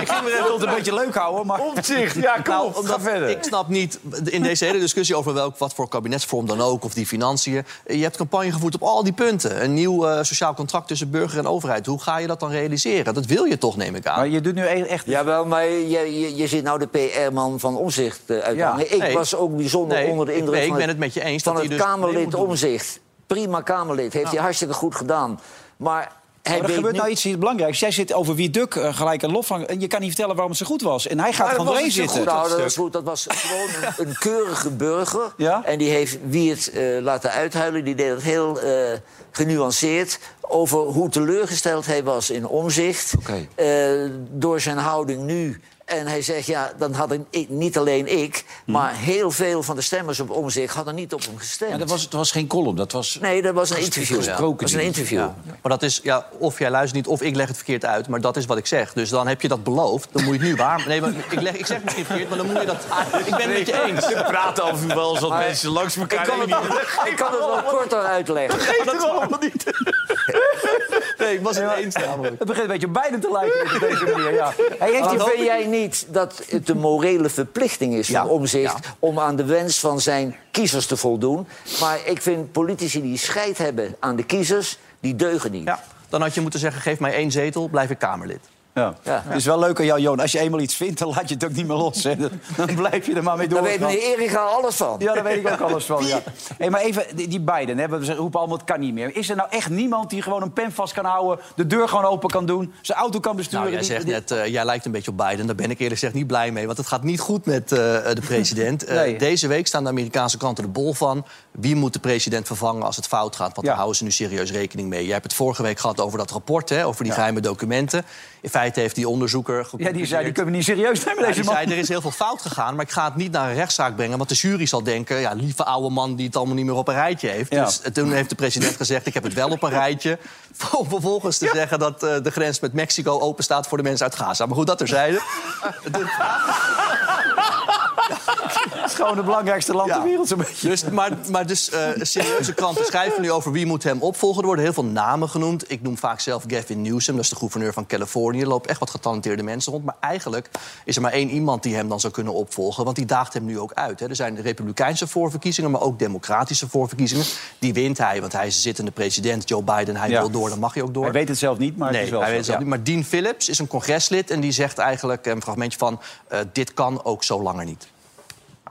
[SPEAKER 1] ik ging weer even een beetje leuk houden. Maar...
[SPEAKER 2] Omtzigt, ja, kom
[SPEAKER 4] Nou,
[SPEAKER 2] op,
[SPEAKER 4] omdat
[SPEAKER 2] ga verder.
[SPEAKER 4] Ik snap niet, in deze hele discussie over welk, wat voor kabinetsvorm dan ook... of die financiën, je hebt campagne gevoerd op al die punten. Een nieuw eh, sociaal contract tussen burger en overheid. Hoe ga je dat dan realiseren? Dat wil je toch, neem ik
[SPEAKER 1] Maar
[SPEAKER 4] aan.
[SPEAKER 1] je doet nu e- echt...
[SPEAKER 3] Jawel, maar je, je, je zit nou de PR-man van Omzicht eh, uit.
[SPEAKER 1] Ja,
[SPEAKER 3] ik
[SPEAKER 4] nee.
[SPEAKER 3] was ook bijzonder
[SPEAKER 4] Nee,
[SPEAKER 3] onder de
[SPEAKER 4] ik
[SPEAKER 3] indruk
[SPEAKER 4] ben- ik
[SPEAKER 3] van
[SPEAKER 4] ben het met je eens
[SPEAKER 3] van
[SPEAKER 4] dat
[SPEAKER 3] het
[SPEAKER 4] hij dus Nou. mee
[SPEAKER 3] Kamerlid
[SPEAKER 4] moet doen.
[SPEAKER 3] Omzicht. Prima Kamerlid, heeft hij hartstikke goed gedaan. Maar hij
[SPEAKER 1] Maar er
[SPEAKER 3] weet
[SPEAKER 1] gebeurt
[SPEAKER 3] nu-
[SPEAKER 1] nou iets heel belangrijks. Jij zit over wie Duk eh, gelijk een lof van... en je kan niet vertellen waarom het zo goed was. En hij gaat
[SPEAKER 2] Maar dat
[SPEAKER 1] gewoon
[SPEAKER 2] was
[SPEAKER 1] erin
[SPEAKER 2] niet zo
[SPEAKER 1] zitten.
[SPEAKER 2] goed.
[SPEAKER 3] Nou, dat
[SPEAKER 2] stuk.
[SPEAKER 3] was goed. Dat was gewoon een, een keurige burger.
[SPEAKER 1] Ja?
[SPEAKER 3] En die heeft Wiert eh laten uithuilen. Die deed dat heel eh, genuanceerd over hoe teleurgesteld hij was in omzicht.
[SPEAKER 2] Oké.
[SPEAKER 3] eh, door zijn houding nu. En hij zegt, ja, dan had ik, niet alleen ik...
[SPEAKER 2] Hm.
[SPEAKER 3] maar heel veel van de stemmers op omzicht hadden niet op hem gestemd.
[SPEAKER 2] Maar dat was, het was geen column, dat was...
[SPEAKER 3] Nee, dat was een interview.
[SPEAKER 2] Gesproken
[SPEAKER 3] Dat was een
[SPEAKER 2] ding.
[SPEAKER 3] interview.
[SPEAKER 2] Ja.
[SPEAKER 4] Maar dat is, ja, of jij luistert niet, of ik leg het verkeerd uit. Maar dat is wat ik zeg. Dus dan heb je dat beloofd. Dan moet je het nu waar. Nee, maar ik, leg, ik zeg misschien verkeerd, maar dan moet je dat... Ik ben het met je
[SPEAKER 2] [LAUGHS]
[SPEAKER 4] eens.
[SPEAKER 2] Ze praten af en toe wel eens wat mensen langs
[SPEAKER 3] Ik
[SPEAKER 2] elkaar
[SPEAKER 3] kan, het,
[SPEAKER 2] heen.
[SPEAKER 3] wel- ik kan het wel korter uitleggen.
[SPEAKER 4] Nee, ik was het eens namelijk.
[SPEAKER 1] Het begint een beetje beide te lijken op deze manier. Ja.
[SPEAKER 3] Hey, heeft die-
[SPEAKER 1] Hallo?
[SPEAKER 3] vind jij niet dat het een morele verplichting is van
[SPEAKER 1] Ja,
[SPEAKER 3] Omzicht om aan de wens van zijn kiezers te voldoen? Maar ik vind politici die scheid hebben aan de kiezers, die deugen niet.
[SPEAKER 4] Ja, dan had je moeten zeggen, geef mij één zetel, blijf ik Kamerlid.
[SPEAKER 1] Ja. Het is wel leuk aan jou, Joon. Als je eenmaal iets vindt, dan laat je het ook niet meer los. Hè. Dan, dan blijf je er maar mee door.
[SPEAKER 3] Daar weet meneer Erika alles van.
[SPEAKER 1] Ja, daar weet ik ook alles van. [LAUGHS] Ja. Hey, maar even, die die Biden, hè, we roepen allemaal het kan niet meer. Is er nou echt niemand die gewoon een pen vast kan houden... de deur gewoon open kan doen, zijn auto kan besturen?
[SPEAKER 4] Nou, jij
[SPEAKER 1] die-
[SPEAKER 4] zegt
[SPEAKER 1] die-
[SPEAKER 4] net, eh, jij lijkt een beetje op Biden. Daar ben ik eerlijk gezegd niet blij mee. Want het gaat niet goed met eh,
[SPEAKER 1] [LAUGHS]
[SPEAKER 4] de president. Eh,
[SPEAKER 1] Nee.
[SPEAKER 4] deze week staan de Amerikaanse kranten de bol van. Wie moet de president vervangen als het fout gaat? Want
[SPEAKER 1] Ja.
[SPEAKER 4] daar houden ze nu serieus rekening mee. Jij hebt het vorige week gehad over dat rapport, hè, over die geheime documenten. In feite heeft die onderzoeker...
[SPEAKER 1] Ja, die zei, die
[SPEAKER 4] geconcludeerd-
[SPEAKER 1] kunnen we niet serieus nemen,
[SPEAKER 4] Ja,
[SPEAKER 1] deze
[SPEAKER 4] die
[SPEAKER 1] man.
[SPEAKER 4] zei, er is heel veel fout gegaan, maar ik ga het niet naar een rechtszaak brengen... want de jury zal denken, ja, lieve oude man die het allemaal niet meer op een rijtje heeft.
[SPEAKER 1] Ja.
[SPEAKER 4] Dus toen heeft de president gezegd, ik heb het wel op een rijtje... [LAUGHS] om vervolgens te zeggen dat eh, de grens met Mexico open staat voor de mensen uit Gaza. Maar goed, dat terzijde.
[SPEAKER 1] Het is gewoon het belangrijkste land ter wereld, zo'n beetje.
[SPEAKER 4] Dus, maar, maar dus eh, serieuze kranten schrijven nu over wie moet hem opvolgen. Er worden heel veel namen genoemd. Ik noem vaak zelf Gavin Newsom, dat is de gouverneur van Californië. Er lopen echt wat getalenteerde mensen rond. Maar eigenlijk is er maar één iemand die hem dan zou kunnen opvolgen. Want die daagt hem nu ook uit. Hè. Er zijn republikeinse voorverkiezingen, maar ook democratische voorverkiezingen. Die wint hij, want hij is de zittende president. Joe Biden, hij
[SPEAKER 1] Ja.
[SPEAKER 4] wil door, dan mag hij ook door.
[SPEAKER 1] Hij weet het zelf niet, maar het
[SPEAKER 4] Nee,
[SPEAKER 1] is wel
[SPEAKER 4] hij weet
[SPEAKER 1] zo,
[SPEAKER 4] het zelf
[SPEAKER 1] ja.
[SPEAKER 4] niet. Maar Dean Phillips is een congreslid en die zegt eigenlijk een fragmentje van... eh, dit kan ook zo langer niet.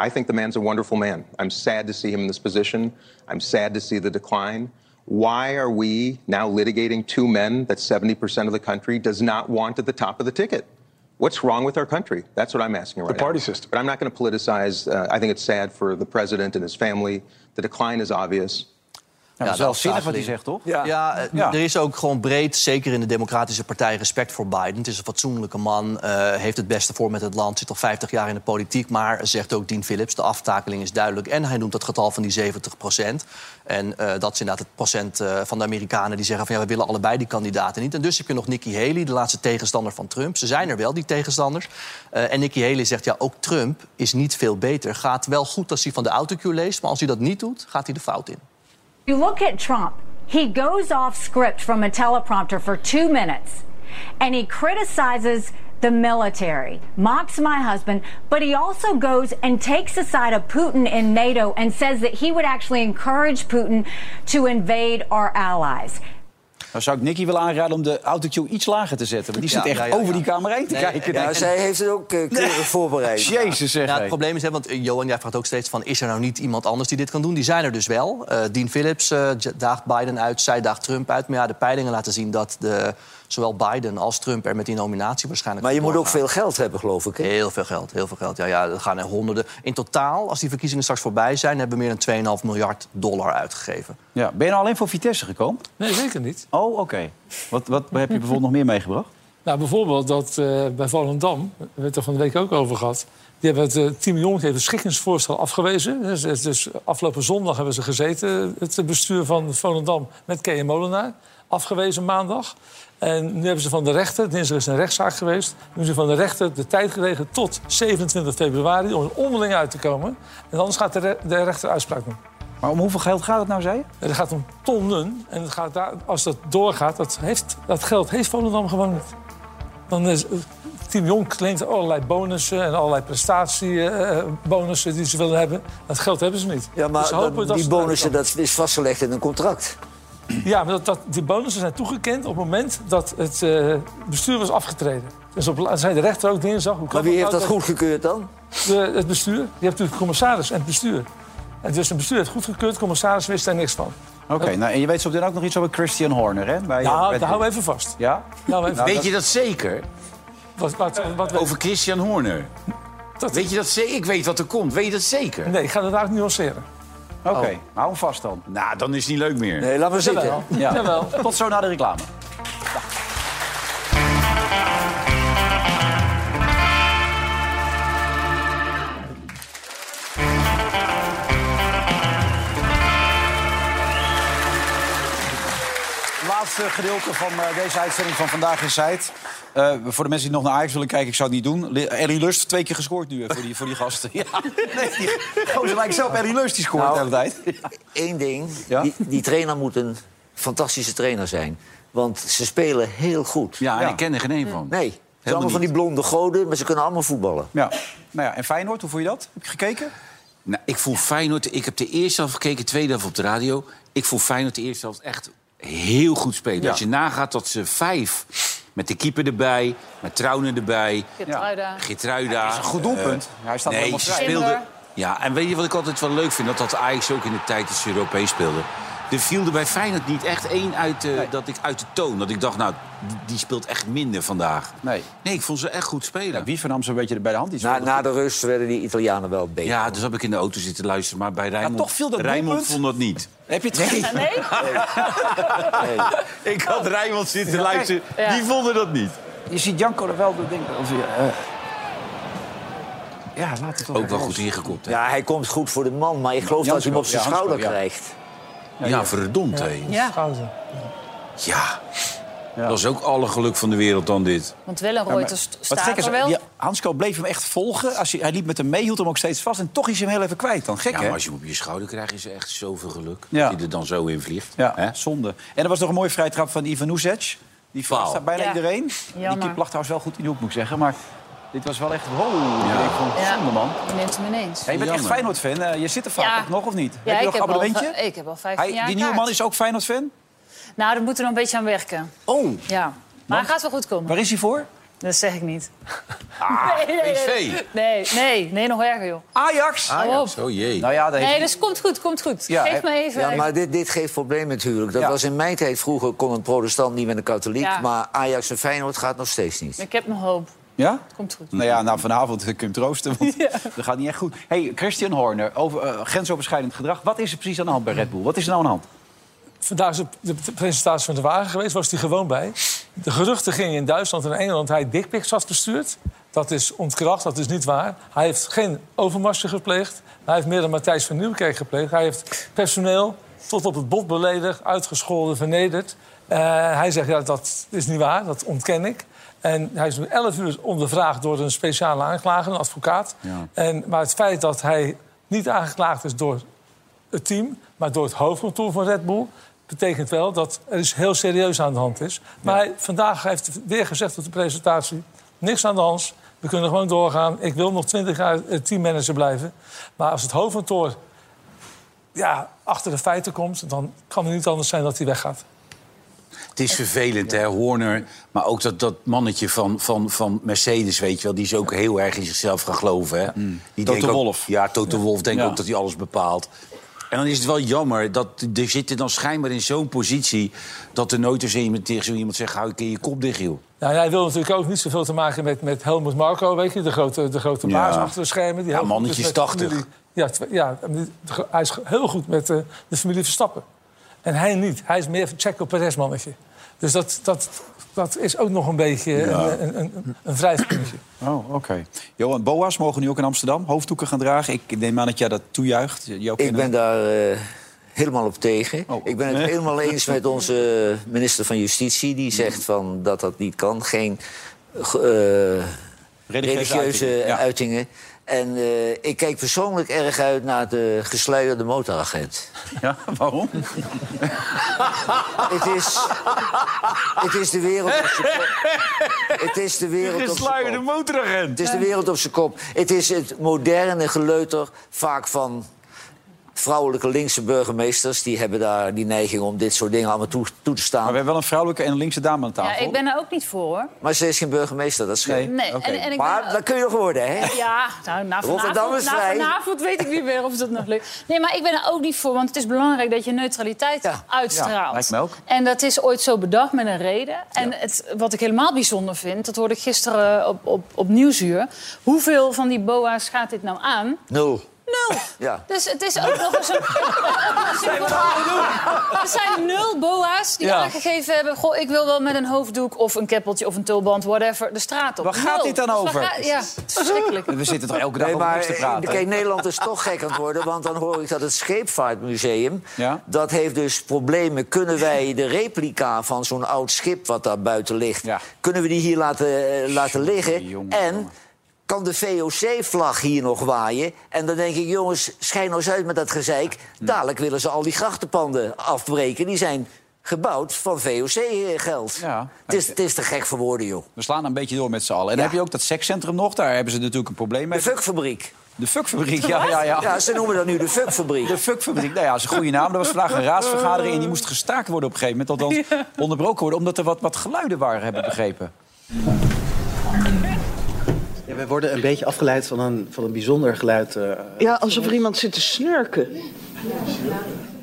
[SPEAKER 11] I think the man's a wonderful man. I'm sad to see him in this position. I'm sad to see the decline. Why are we now litigating two men that 70% of the country does not want at the top of the ticket? What's wrong with our country? That's what I'm asking right now. The party system. But I'm not going to politicize. Uh, I think it's sad for the president and his family. The decline is obvious.
[SPEAKER 1] Nou, dat is
[SPEAKER 4] Ja,
[SPEAKER 1] wel zinnig
[SPEAKER 4] dat
[SPEAKER 1] wat hij
[SPEAKER 4] staat
[SPEAKER 1] zegt, toch?
[SPEAKER 4] Ja, eh,
[SPEAKER 1] Ja.
[SPEAKER 4] er is ook gewoon breed, zeker in de Democratische Partij, respect voor Biden. Het is een fatsoenlijke man, eh, heeft het beste voor met het land, zit al 50 jaar in de politiek. Maar, zegt ook Dean Phillips, de aftakeling is duidelijk. En hij noemt dat getal van die 70 procent. En eh, dat is inderdaad het procent eh, van de Amerikanen die zeggen van ja, we willen allebei die kandidaten niet. En dus heb je nog Nikki Haley, de laatste tegenstander van Trump. Ze zijn er wel, die tegenstanders. Eh, en Nikki Haley zegt ja, ook Trump is niet veel beter. Gaat wel goed als hij van de autocue leest, maar als hij dat niet doet, gaat hij de fout in.
[SPEAKER 12] You look at Trump, he goes off script from a teleprompter for two minutes and he criticizes the military, mocks my husband, but he also goes and takes the side of Putin in NATO and says that he would actually encourage Putin to invade our allies.
[SPEAKER 1] Dan Nou, zou ik Nicky willen aanraden om de autocue iets lager te zetten. Want die zit
[SPEAKER 4] Ja,
[SPEAKER 1] echt
[SPEAKER 4] ja, ja,
[SPEAKER 1] over
[SPEAKER 4] ja.
[SPEAKER 1] die kamer heen te
[SPEAKER 4] Nee,
[SPEAKER 1] kijken.
[SPEAKER 4] ja,
[SPEAKER 3] Maar zij heeft het ook eh, keurig [LAUGHS] voorbereid.
[SPEAKER 1] Jezus, zeg
[SPEAKER 4] Ja,
[SPEAKER 1] hij.
[SPEAKER 4] het probleem is, hè, want eh, Johan, jij vraagt ook steeds van... is er nou niet iemand anders die dit kan doen? Die zijn er dus wel. Eh, Dean Phillips eh, j- daagt Biden uit, zij daagt Trump uit. Maar ja, de peilingen laten zien dat de, zowel Biden als Trump... er met die nominatie waarschijnlijk
[SPEAKER 3] Maar je moet ook
[SPEAKER 4] doorgaan.
[SPEAKER 3] veel geld hebben, geloof ik. hè?
[SPEAKER 4] Heel veel geld, heel veel geld. Ja, ja, er gaan er honderden. In totaal, als die verkiezingen straks voorbij zijn... hebben we meer dan 2,5 miljard dollar uitgegeven.
[SPEAKER 1] Ja. Ben je nou alleen voor Vitesse gekomen?
[SPEAKER 6] Nee, zeker niet.
[SPEAKER 1] Oh, oké. Wat, wat heb je bijvoorbeeld nog meer
[SPEAKER 2] [LAUGHS]
[SPEAKER 1] meegebracht?
[SPEAKER 6] Nou, bijvoorbeeld dat eh, bij Volendam, daar hebben we het er van de week ook over gehad... die hebben het eh, 10 miljoen heeft het schikkingsvoorstel afgewezen. Dus, dus- dus afgelopen zondag hebben ze gezeten, het bestuur van Volendam... met K.M. Molenaar, afgewezen maandag. En nu hebben ze van de rechter, dinsdag is een rechtszaak geweest... nu hebben ze van de rechter de tijd gekregen tot 27 februari... om er onderling uit te komen. En anders gaat de, re- de rechter uitspraak doen.
[SPEAKER 1] Maar om hoeveel geld gaat het nou, zei je?
[SPEAKER 6] En het gaat om tonnen. En het gaat daar, als dat doorgaat, dat, heeft, dat geld heeft Volendam gewoon niet. Dan is, Team Jong claimt allerlei bonussen en allerlei prestatiebonussen die ze willen hebben. Dat geld hebben ze niet.
[SPEAKER 3] Ja, maar
[SPEAKER 6] Dus ze hopen
[SPEAKER 3] dat-
[SPEAKER 6] dat
[SPEAKER 3] die
[SPEAKER 6] ze eruit
[SPEAKER 3] bonussen dat is vastgelegd in een contract.
[SPEAKER 6] komen. Ja, maar dat, dat- die bonussen zijn toegekend op het moment dat het eh, bestuur was afgetreden. Dus op, la- zei de rechter ook dinsdag. Hoe kan
[SPEAKER 3] Maar wie heeft
[SPEAKER 6] nou
[SPEAKER 3] dat goedgekeurd dan?
[SPEAKER 6] de- het bestuur. Je hebt natuurlijk de commissaris en het bestuur. En dus het bestuur heeft goedgekeurd, de commissaris wist daar niks van.
[SPEAKER 1] Oké, nou, en je weet zo meteen ook nog iets over Christian Horner, hè? Bij,
[SPEAKER 3] Ah,
[SPEAKER 1] eh,
[SPEAKER 6] Ja,
[SPEAKER 1] Red
[SPEAKER 6] daar houden
[SPEAKER 1] Bull.
[SPEAKER 6] we even vast.
[SPEAKER 1] Ja?
[SPEAKER 6] Nou, even,
[SPEAKER 2] Nou, Weet je dat zeker?
[SPEAKER 6] wat, wat, wat,
[SPEAKER 2] Over Christian Horner.
[SPEAKER 6] Dat-
[SPEAKER 2] Weet je dat zeker? Ik weet wat er komt. Weet je dat zeker?
[SPEAKER 6] Nee, ik ga dat eigenlijk nuanceren.
[SPEAKER 1] Oké, hou hem vast dan.
[SPEAKER 2] Nou, dan is het niet leuk meer.
[SPEAKER 3] Nee, laat maar zitten.
[SPEAKER 6] Jawel.
[SPEAKER 1] Ja.
[SPEAKER 6] Jawel.
[SPEAKER 1] Tot zo na de reclame. Laatste gedeelte van eh, deze uitzending van Vandaag in Zuid. Eh, voor de mensen die nog naar Ajax willen kijken, ik zou het niet doen. Li- Erwin Lust, twee keer gescoord nu eh, voor, die, voor die gasten. [LAUGHS] Ja, nee, die gozer lijkt zelf op Erwin Lust, die
[SPEAKER 2] Nou,
[SPEAKER 1] scoort de hele tijd.
[SPEAKER 3] Eén ding,
[SPEAKER 1] Ja?
[SPEAKER 3] die, die trainer moet een fantastische trainer zijn. Want ze spelen heel goed.
[SPEAKER 2] Ja, en
[SPEAKER 1] Ja.
[SPEAKER 2] ik ken er geen een van.
[SPEAKER 3] Nee, het zijn allemaal van die blonde goden, maar ze kunnen allemaal voetballen.
[SPEAKER 1] Ja. Nou ja, en Feyenoord, hoe vond je dat? Heb je gekeken?
[SPEAKER 2] Nou, ik vond Feyenoord... Ik heb de eerste helft gekeken, tweede helft op de radio. Ik vond Feyenoord de eerste helft echt heel goed spelen. Als je nagaat dat ze vijf Met de keeper erbij, met Trouwen erbij.
[SPEAKER 5] Geertruida.
[SPEAKER 2] Gitruida.
[SPEAKER 1] is een goed doelpunt.
[SPEAKER 2] Eh,
[SPEAKER 1] Hij staat
[SPEAKER 2] nee,
[SPEAKER 1] helemaal
[SPEAKER 2] ze
[SPEAKER 1] vrij.
[SPEAKER 2] speelden.
[SPEAKER 1] Timber.
[SPEAKER 2] Ja, en weet je wat ik altijd wel leuk vind? Dat had Ajax ook in de tijd dat ze Europees speelden. Er viel er bij Feyenoord niet echt één uit, eh, dat ik, uit de toon. Dat ik dacht, nou, die, die speelt echt minder vandaag.
[SPEAKER 1] Nee.
[SPEAKER 2] Nee, ik vond ze echt goed spelen.
[SPEAKER 1] Wie van nam ze een beetje bij de hand? Die
[SPEAKER 3] Na,
[SPEAKER 1] speelde
[SPEAKER 3] na de rust werden die Italianen wel beter.
[SPEAKER 2] Ja, dus heb ik in de auto zitten luisteren, maar bij Rijnmond,
[SPEAKER 1] toch viel dat
[SPEAKER 2] Rijnmond
[SPEAKER 1] doelpunt.
[SPEAKER 2] vond dat niet.
[SPEAKER 1] Heb je het gezien?
[SPEAKER 5] Nee?
[SPEAKER 2] Ik had Rijnmond zitten
[SPEAKER 1] Ja, kijk.
[SPEAKER 2] luisteren,
[SPEAKER 5] Ja.
[SPEAKER 2] die vonden dat niet.
[SPEAKER 1] Je ziet Janko er wel door denken. Of, eh, eh. ja, laat het toch
[SPEAKER 2] Ook wel
[SPEAKER 1] even
[SPEAKER 2] goed
[SPEAKER 1] los.
[SPEAKER 2] ingekopt, hè?
[SPEAKER 3] [LAUGHS] Ja, hij komt goed voor de man, maar ik geloof
[SPEAKER 1] Ja,
[SPEAKER 3] dat hij hem op zijn
[SPEAKER 1] ja,
[SPEAKER 3] schouder
[SPEAKER 1] Hansbo, ja.
[SPEAKER 3] krijgt.
[SPEAKER 2] Ja, verdomd, hé.
[SPEAKER 5] Ja,
[SPEAKER 6] Schouder.
[SPEAKER 2] Ja. Dat is ook alle geluk van de wereld dan dit.
[SPEAKER 5] want Wellenrooy st-
[SPEAKER 1] Wat gek
[SPEAKER 5] staat
[SPEAKER 1] is,
[SPEAKER 5] er wel.
[SPEAKER 1] die Hansko bleef hem echt volgen. Als hij, hij liep met hem mee, hield hem ook steeds vast. En toch is hij hem heel even kwijt dan. Gek,
[SPEAKER 2] Ja,
[SPEAKER 1] hè?
[SPEAKER 2] maar als je hem op je schouder krijgt, is er echt zoveel geluk.
[SPEAKER 1] Ja.
[SPEAKER 2] Dat je er dan zo in vliegt.
[SPEAKER 1] Ja,
[SPEAKER 2] Hè?
[SPEAKER 1] zonde. En er was nog een mooie vrijtrap van Ivan Uzec. Die
[SPEAKER 2] Paal.
[SPEAKER 1] staat bijna
[SPEAKER 5] Ja.
[SPEAKER 1] iedereen. Die
[SPEAKER 5] Jammer.
[SPEAKER 1] kip lag trouwens wel goed in de hoek, moet ik zeggen. Maar dit was wel echt... Wow, ik denk van,
[SPEAKER 5] Ja.
[SPEAKER 1] zonde, man.
[SPEAKER 5] Die neemt hem ineens.
[SPEAKER 1] Ja, je bent echt
[SPEAKER 2] Jammer.
[SPEAKER 1] Feyenoord-fan. Eh, je zit er vaak
[SPEAKER 5] Ja.
[SPEAKER 1] ook nog, of niet?
[SPEAKER 5] Ja,
[SPEAKER 1] heb je nog een
[SPEAKER 5] al-
[SPEAKER 1] abonnementje?
[SPEAKER 5] ik heb al 15
[SPEAKER 1] Hij,
[SPEAKER 5] jaar
[SPEAKER 1] die nieuwe
[SPEAKER 5] kaart.
[SPEAKER 1] man is ook Feyenoord-fan?
[SPEAKER 5] Nou, daar moeten we nog een beetje aan werken.
[SPEAKER 1] Oh.
[SPEAKER 5] Ja. Maar hij gaat wel goed komen.
[SPEAKER 1] Waar is hij voor?
[SPEAKER 5] Dat zeg ik niet.
[SPEAKER 1] Ah,
[SPEAKER 5] [LAUGHS] nee, nee, nee, nee. nee, nee, nee, nog erger, joh.
[SPEAKER 1] Ajax!
[SPEAKER 5] Ajax,
[SPEAKER 2] Oh jee.
[SPEAKER 1] Nou ja, daar heeft
[SPEAKER 5] Nee, dus komt goed, komt goed.
[SPEAKER 1] Ja,
[SPEAKER 5] Geef
[SPEAKER 1] hij-
[SPEAKER 5] me even...
[SPEAKER 3] Ja, maar dit, dit geeft probleem natuurlijk. Dat
[SPEAKER 1] Ja.
[SPEAKER 3] was in mijn tijd vroeger kon een protestant niet met een katholiek.
[SPEAKER 5] Ja.
[SPEAKER 3] Maar Ajax en Feyenoord gaat nog steeds niet.
[SPEAKER 5] Ik heb nog hoop.
[SPEAKER 1] Ja?
[SPEAKER 5] Komt goed.
[SPEAKER 1] Nou ja, nou, vanavond eh, kun je hem troosten,
[SPEAKER 5] [LAUGHS]
[SPEAKER 1] want dat gaat niet echt goed. hey, Christian Horner, over, eh, grensoverschrijdend gedrag. Wat is er precies aan de hand bij Red Bull? Wat is er nou aan de hand?
[SPEAKER 6] Vandaag is de, de presentatie van de wagen geweest, was hij gewoon bij. De geruchten gingen in Duitsland en Engeland hij dickpics had verstuurd. Dat is ontkracht, dat is niet waar. Hij heeft geen overmarsje gepleegd. Hij heeft meer dan Matthijs van Nieuwkerk gepleegd. Hij heeft personeel tot op het bot beledigd, uitgescholden, vernederd. Eh, hij zegt, ja, dat is niet waar, dat ontken ik. En hij is nu 11 uur ondervraagd door een speciale aanklager, een advocaat. En, maar het feit dat hij niet aangeklaagd is door het team, maar door het hoofdkantoor van Red Bull. Betekent wel dat er iets heel serieus aan de hand is. Maar hij- vandaag heeft hij weer gezegd op de presentatie: niks aan de hand. We kunnen gewoon doorgaan. Ik wil nog 20 jaar eh, teammanager blijven. Maar als het hoofdkantoor ja, achter de feiten komt, dan kan het niet anders zijn dat hij weggaat.
[SPEAKER 2] Het is vervelend, hè, Horner. Maar ook dat, dat mannetje van, van, van Mercedes, weet je wel... die is ook heel erg in zichzelf gaan geloven, hè. Die
[SPEAKER 1] Hmm. Toto
[SPEAKER 2] denkt ook-
[SPEAKER 1] Wolff.
[SPEAKER 2] Ja, Toto Wolf denkt
[SPEAKER 1] Ja.
[SPEAKER 2] ook dat hij alles bepaalt. En dan is het wel jammer dat er zitten dan schijnbaar in zo'n positie... dat er nooit eens iemand tegen zo iemand zegt... hou een keer je kop dicht, joh.
[SPEAKER 6] Nou, en hij wil natuurlijk ook niet zoveel te maken met, met Helmut Marco, weet je, de grote, de grote
[SPEAKER 2] Ja.
[SPEAKER 6] baas achter de schermen. Die
[SPEAKER 2] Ja,
[SPEAKER 6] heel goed
[SPEAKER 2] mannetje is
[SPEAKER 6] met de
[SPEAKER 2] 80.
[SPEAKER 6] familie- Ja, tw- ja, de- hij is heel goed met eh, de familie Verstappen. En hij niet. Hij is meer een Checo Perez mannetje. Dus dat, dat, dat is ook nog een beetje een, een, een, een wrijfpuntje.
[SPEAKER 1] Oh, oké. Johan, Boas mogen nu ook in Amsterdam hoofddoeken gaan dragen. Ik neem aan dat jij dat toejuicht. Jouw
[SPEAKER 3] Ik
[SPEAKER 1] kinderen.
[SPEAKER 3] ben daar eh, helemaal op tegen.
[SPEAKER 1] Oh.
[SPEAKER 3] Ik ben
[SPEAKER 1] [LAUGHS]
[SPEAKER 3] het helemaal eens met onze minister van Justitie. Die
[SPEAKER 1] Mm.
[SPEAKER 3] zegt van dat dat niet kan. Geen ge- eh, religieuze,
[SPEAKER 1] uitingen,
[SPEAKER 3] uitingen.
[SPEAKER 1] ja.
[SPEAKER 3] En eh, ik kijk persoonlijk erg uit naar de gesluierde motoragent.
[SPEAKER 1] Ja, [LAUGHS] waarom?
[SPEAKER 3] Het is, het is de wereld op zijn kop. Het is de wereld op zijn kop.
[SPEAKER 2] motoragent.
[SPEAKER 3] Het is de wereld op zijn kop. Het is het moderne geleuter vaak van vrouwelijke linkse burgemeesters. Die hebben daar die neiging om dit soort dingen allemaal toe, toe te
[SPEAKER 1] Maar
[SPEAKER 3] staan.
[SPEAKER 1] we hebben wel een vrouwelijke en een linkse dame aan
[SPEAKER 5] Ja,
[SPEAKER 1] tafel.
[SPEAKER 5] ik ben er ook niet voor, hoor.
[SPEAKER 3] Maar ze is geen burgemeester, dat scheelt.
[SPEAKER 1] Nee.
[SPEAKER 5] Nee,
[SPEAKER 1] Oké.
[SPEAKER 5] en, en ik ben...
[SPEAKER 3] Maar dat kun je nog worden, hè?
[SPEAKER 5] Ja, nou, na vanavond,
[SPEAKER 3] Rotterdam is
[SPEAKER 5] na
[SPEAKER 3] vrij.
[SPEAKER 5] vanavond weet ik niet meer of dat nog lukt. Nee, maar ik ben er ook niet voor, want het is belangrijk dat je neutraliteit
[SPEAKER 3] Ja.
[SPEAKER 5] uitstraalt.
[SPEAKER 1] Ja, lijkt me ook.
[SPEAKER 5] En dat is ooit zo bedacht met een reden. En het, wat ik helemaal bijzonder vind, dat hoorde ik gisteren op, op, op Nieuwsuur... hoeveel van die boa's gaat dit nou aan?
[SPEAKER 3] Nul.
[SPEAKER 5] Nul.
[SPEAKER 3] Ja.
[SPEAKER 5] Dus het is ook nog eens een...
[SPEAKER 1] [LAUGHS]
[SPEAKER 5] Er zijn nul boa's die
[SPEAKER 6] Ja.
[SPEAKER 5] aangegeven hebben... Goh, ik wil wel met een hoofddoek of een keppeltje of een tulband, whatever, de straat op.
[SPEAKER 1] Waar gaat
[SPEAKER 5] Nul.
[SPEAKER 1] dit dan
[SPEAKER 5] Dus waar
[SPEAKER 1] over?
[SPEAKER 5] ga- ja,
[SPEAKER 1] [LAUGHS]
[SPEAKER 5] verschrikkelijk.
[SPEAKER 1] We zitten toch elke dag
[SPEAKER 3] Nee,
[SPEAKER 1] over niks
[SPEAKER 3] maar
[SPEAKER 1] te
[SPEAKER 3] eh,
[SPEAKER 1] praten?
[SPEAKER 3] kijk, Nederland is toch gek aan het worden. Want dan hoor ik dat het Scheepvaartmuseum...
[SPEAKER 1] Ja.
[SPEAKER 3] dat heeft dus problemen. Kunnen wij de replica van zo'n oud schip wat daar buiten ligt...
[SPEAKER 1] Ja.
[SPEAKER 3] kunnen we die hier laten, eh, laten liggen?
[SPEAKER 1] jongen,
[SPEAKER 3] en...
[SPEAKER 1] jongen.
[SPEAKER 3] Kan de VOC-vlag hier nog waaien? En dan denk ik, jongens, schijn nou eens uit met dat gezeik.
[SPEAKER 1] Hm.
[SPEAKER 3] Dadelijk willen ze al die grachtenpanden afbreken. Die zijn gebouwd van VOC-geld.
[SPEAKER 1] Ja.
[SPEAKER 3] Het is, het is te gek voor woorden, joh.
[SPEAKER 1] We slaan een beetje door met z'n allen. En dan
[SPEAKER 3] Ja.
[SPEAKER 1] heb je ook dat sekscentrum nog. Daar hebben ze natuurlijk een probleem mee.
[SPEAKER 3] De fuckfabriek.
[SPEAKER 1] De fuckfabriek, ja, ja, ja.
[SPEAKER 3] Ja, ze noemen dat nu de fuckfabriek.
[SPEAKER 1] De fuckfabriek, nou ja, dat is een goede naam. Er was vandaag een raadsvergadering en die moest gestaakt worden op een gegeven moment. Althans, onderbroken worden, omdat er wat, wat geluiden waren, heb ik begrepen.
[SPEAKER 13] Ja, we worden een beetje afgeleid van een, van een bijzonder geluid. eh,
[SPEAKER 14] Ja, alsof er iemand zit te snurken.
[SPEAKER 13] een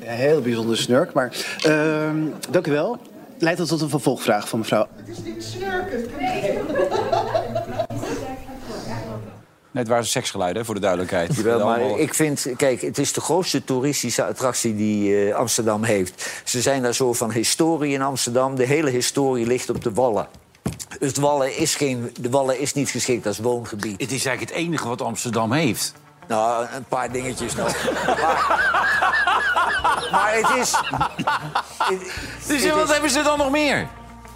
[SPEAKER 13] heel bijzonder snurk, maar ehm, dank u wel. Leidt dat tot een vervolgvraag van mevrouw?
[SPEAKER 1] Nee, het waren seksgeluiden, hè, voor de duidelijkheid.
[SPEAKER 3] Jawel, maar
[SPEAKER 1] Allemaal-
[SPEAKER 3] ik vind, kijk, het is de grootste toeristische attractie die eh, Amsterdam heeft. Ze zijn daar zo van historie in Amsterdam. De hele historie ligt op de Wallen. Dus de Wallen is, geen, de Wallen is niet geschikt als woongebied.
[SPEAKER 2] Het is eigenlijk het enige wat Amsterdam heeft.
[SPEAKER 3] Nou, een paar dingetjes nog. maar, [LAUGHS] maar het is...
[SPEAKER 2] Dus wat hebben ze dan nog meer?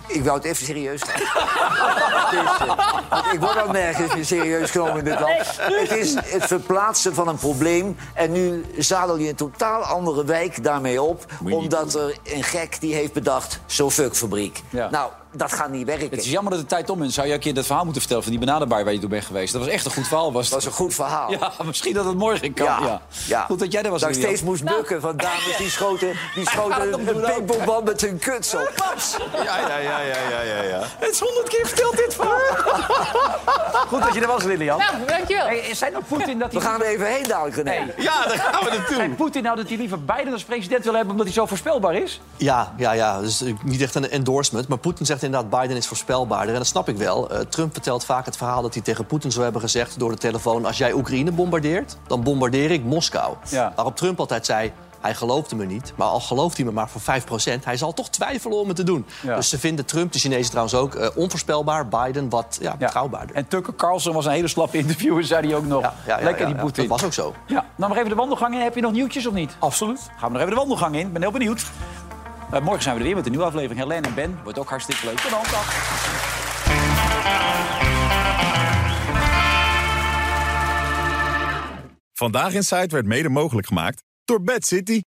[SPEAKER 3] Ik wou het even serieus nemen. [LAUGHS] Het is, eh, want ik word al nergens meer serieus genomen in dit land. Het is het verplaatsen van een probleem. En nu zadel je een totaal andere wijk daarmee op. Omdat er een gek die heeft bedacht, zo'n fuckfabriek.
[SPEAKER 1] Ja.
[SPEAKER 3] Nou, dat gaat niet werken.
[SPEAKER 1] Het is jammer dat de tijd om is. Zou jij een keer dat verhaal moeten vertellen van die bananenbar waar je toe bent geweest? Dat was echt een goed verhaal. Was dat [LAUGHS]
[SPEAKER 3] was een goed verhaal.
[SPEAKER 1] Ja, misschien dat het morgen kan. Ja.
[SPEAKER 3] Ja, ja.
[SPEAKER 1] Goed dat jij er was. Nou.
[SPEAKER 3] Dat ik
[SPEAKER 1] Julian.
[SPEAKER 3] steeds moest bukken van dames
[SPEAKER 1] [LAUGHS]
[SPEAKER 3] die schoten, die schoten een paintballbal met hun kut zo.
[SPEAKER 1] Ja, ja, ja, ja, ja, ja, ja.
[SPEAKER 3] Het is honderd keer verteld dit verhaal.
[SPEAKER 1] [LAUGHS] Goed dat je er was, Lilian.
[SPEAKER 5] Nou, dankjewel.
[SPEAKER 1] Hey, zijn nou Poetin dat
[SPEAKER 3] We
[SPEAKER 1] hij...
[SPEAKER 3] gaan er even heen dadelijk, René.
[SPEAKER 1] Ja, daar gaan we naartoe. Zijn Poetin nou dat hij liever Biden als president wil hebben omdat hij zo voorspelbaar is?
[SPEAKER 4] Ja, ja, ja. Dus eh, niet echt een endorsement. Maar Poetin zegt inderdaad, Biden is voorspelbaarder. En dat snap ik wel. Eh, Trump vertelt vaak het verhaal dat hij tegen Poetin zou hebben gezegd door de telefoon... als jij Oekraïne bombardeert, dan bombardeer ik Moskou.
[SPEAKER 1] Ja.
[SPEAKER 4] Waarop Trump altijd zei, hij geloofde me niet. Maar al gelooft hij me maar voor 5%, hij zal toch twijfelen om het te doen.
[SPEAKER 1] Ja.
[SPEAKER 4] Dus ze vinden Trump, de Chinezen trouwens ook, eh, onvoorspelbaar. Biden wat ja, betrouwbaarder.
[SPEAKER 1] En Tucker Carlson was een hele slappe interviewer, zei hij ook nog.
[SPEAKER 4] ja, ja,
[SPEAKER 1] Lekker
[SPEAKER 4] ja,
[SPEAKER 1] die
[SPEAKER 4] ja.
[SPEAKER 1] Poetin.
[SPEAKER 4] Dat was ook zo.
[SPEAKER 1] Ja, nou maar even de wandelgang in. Heb je nog nieuwtjes of niet? Absoluut. Gaan we nog even de wandelgang in. Ik ben heel benieuwd. Eh, morgen zijn we er weer met een nieuwe aflevering. Helene en Ben. Wordt ook hartstikke leuk. Tot dan. Dag.
[SPEAKER 15] Vandaag in Site werd mede mogelijk gemaakt door Bad City.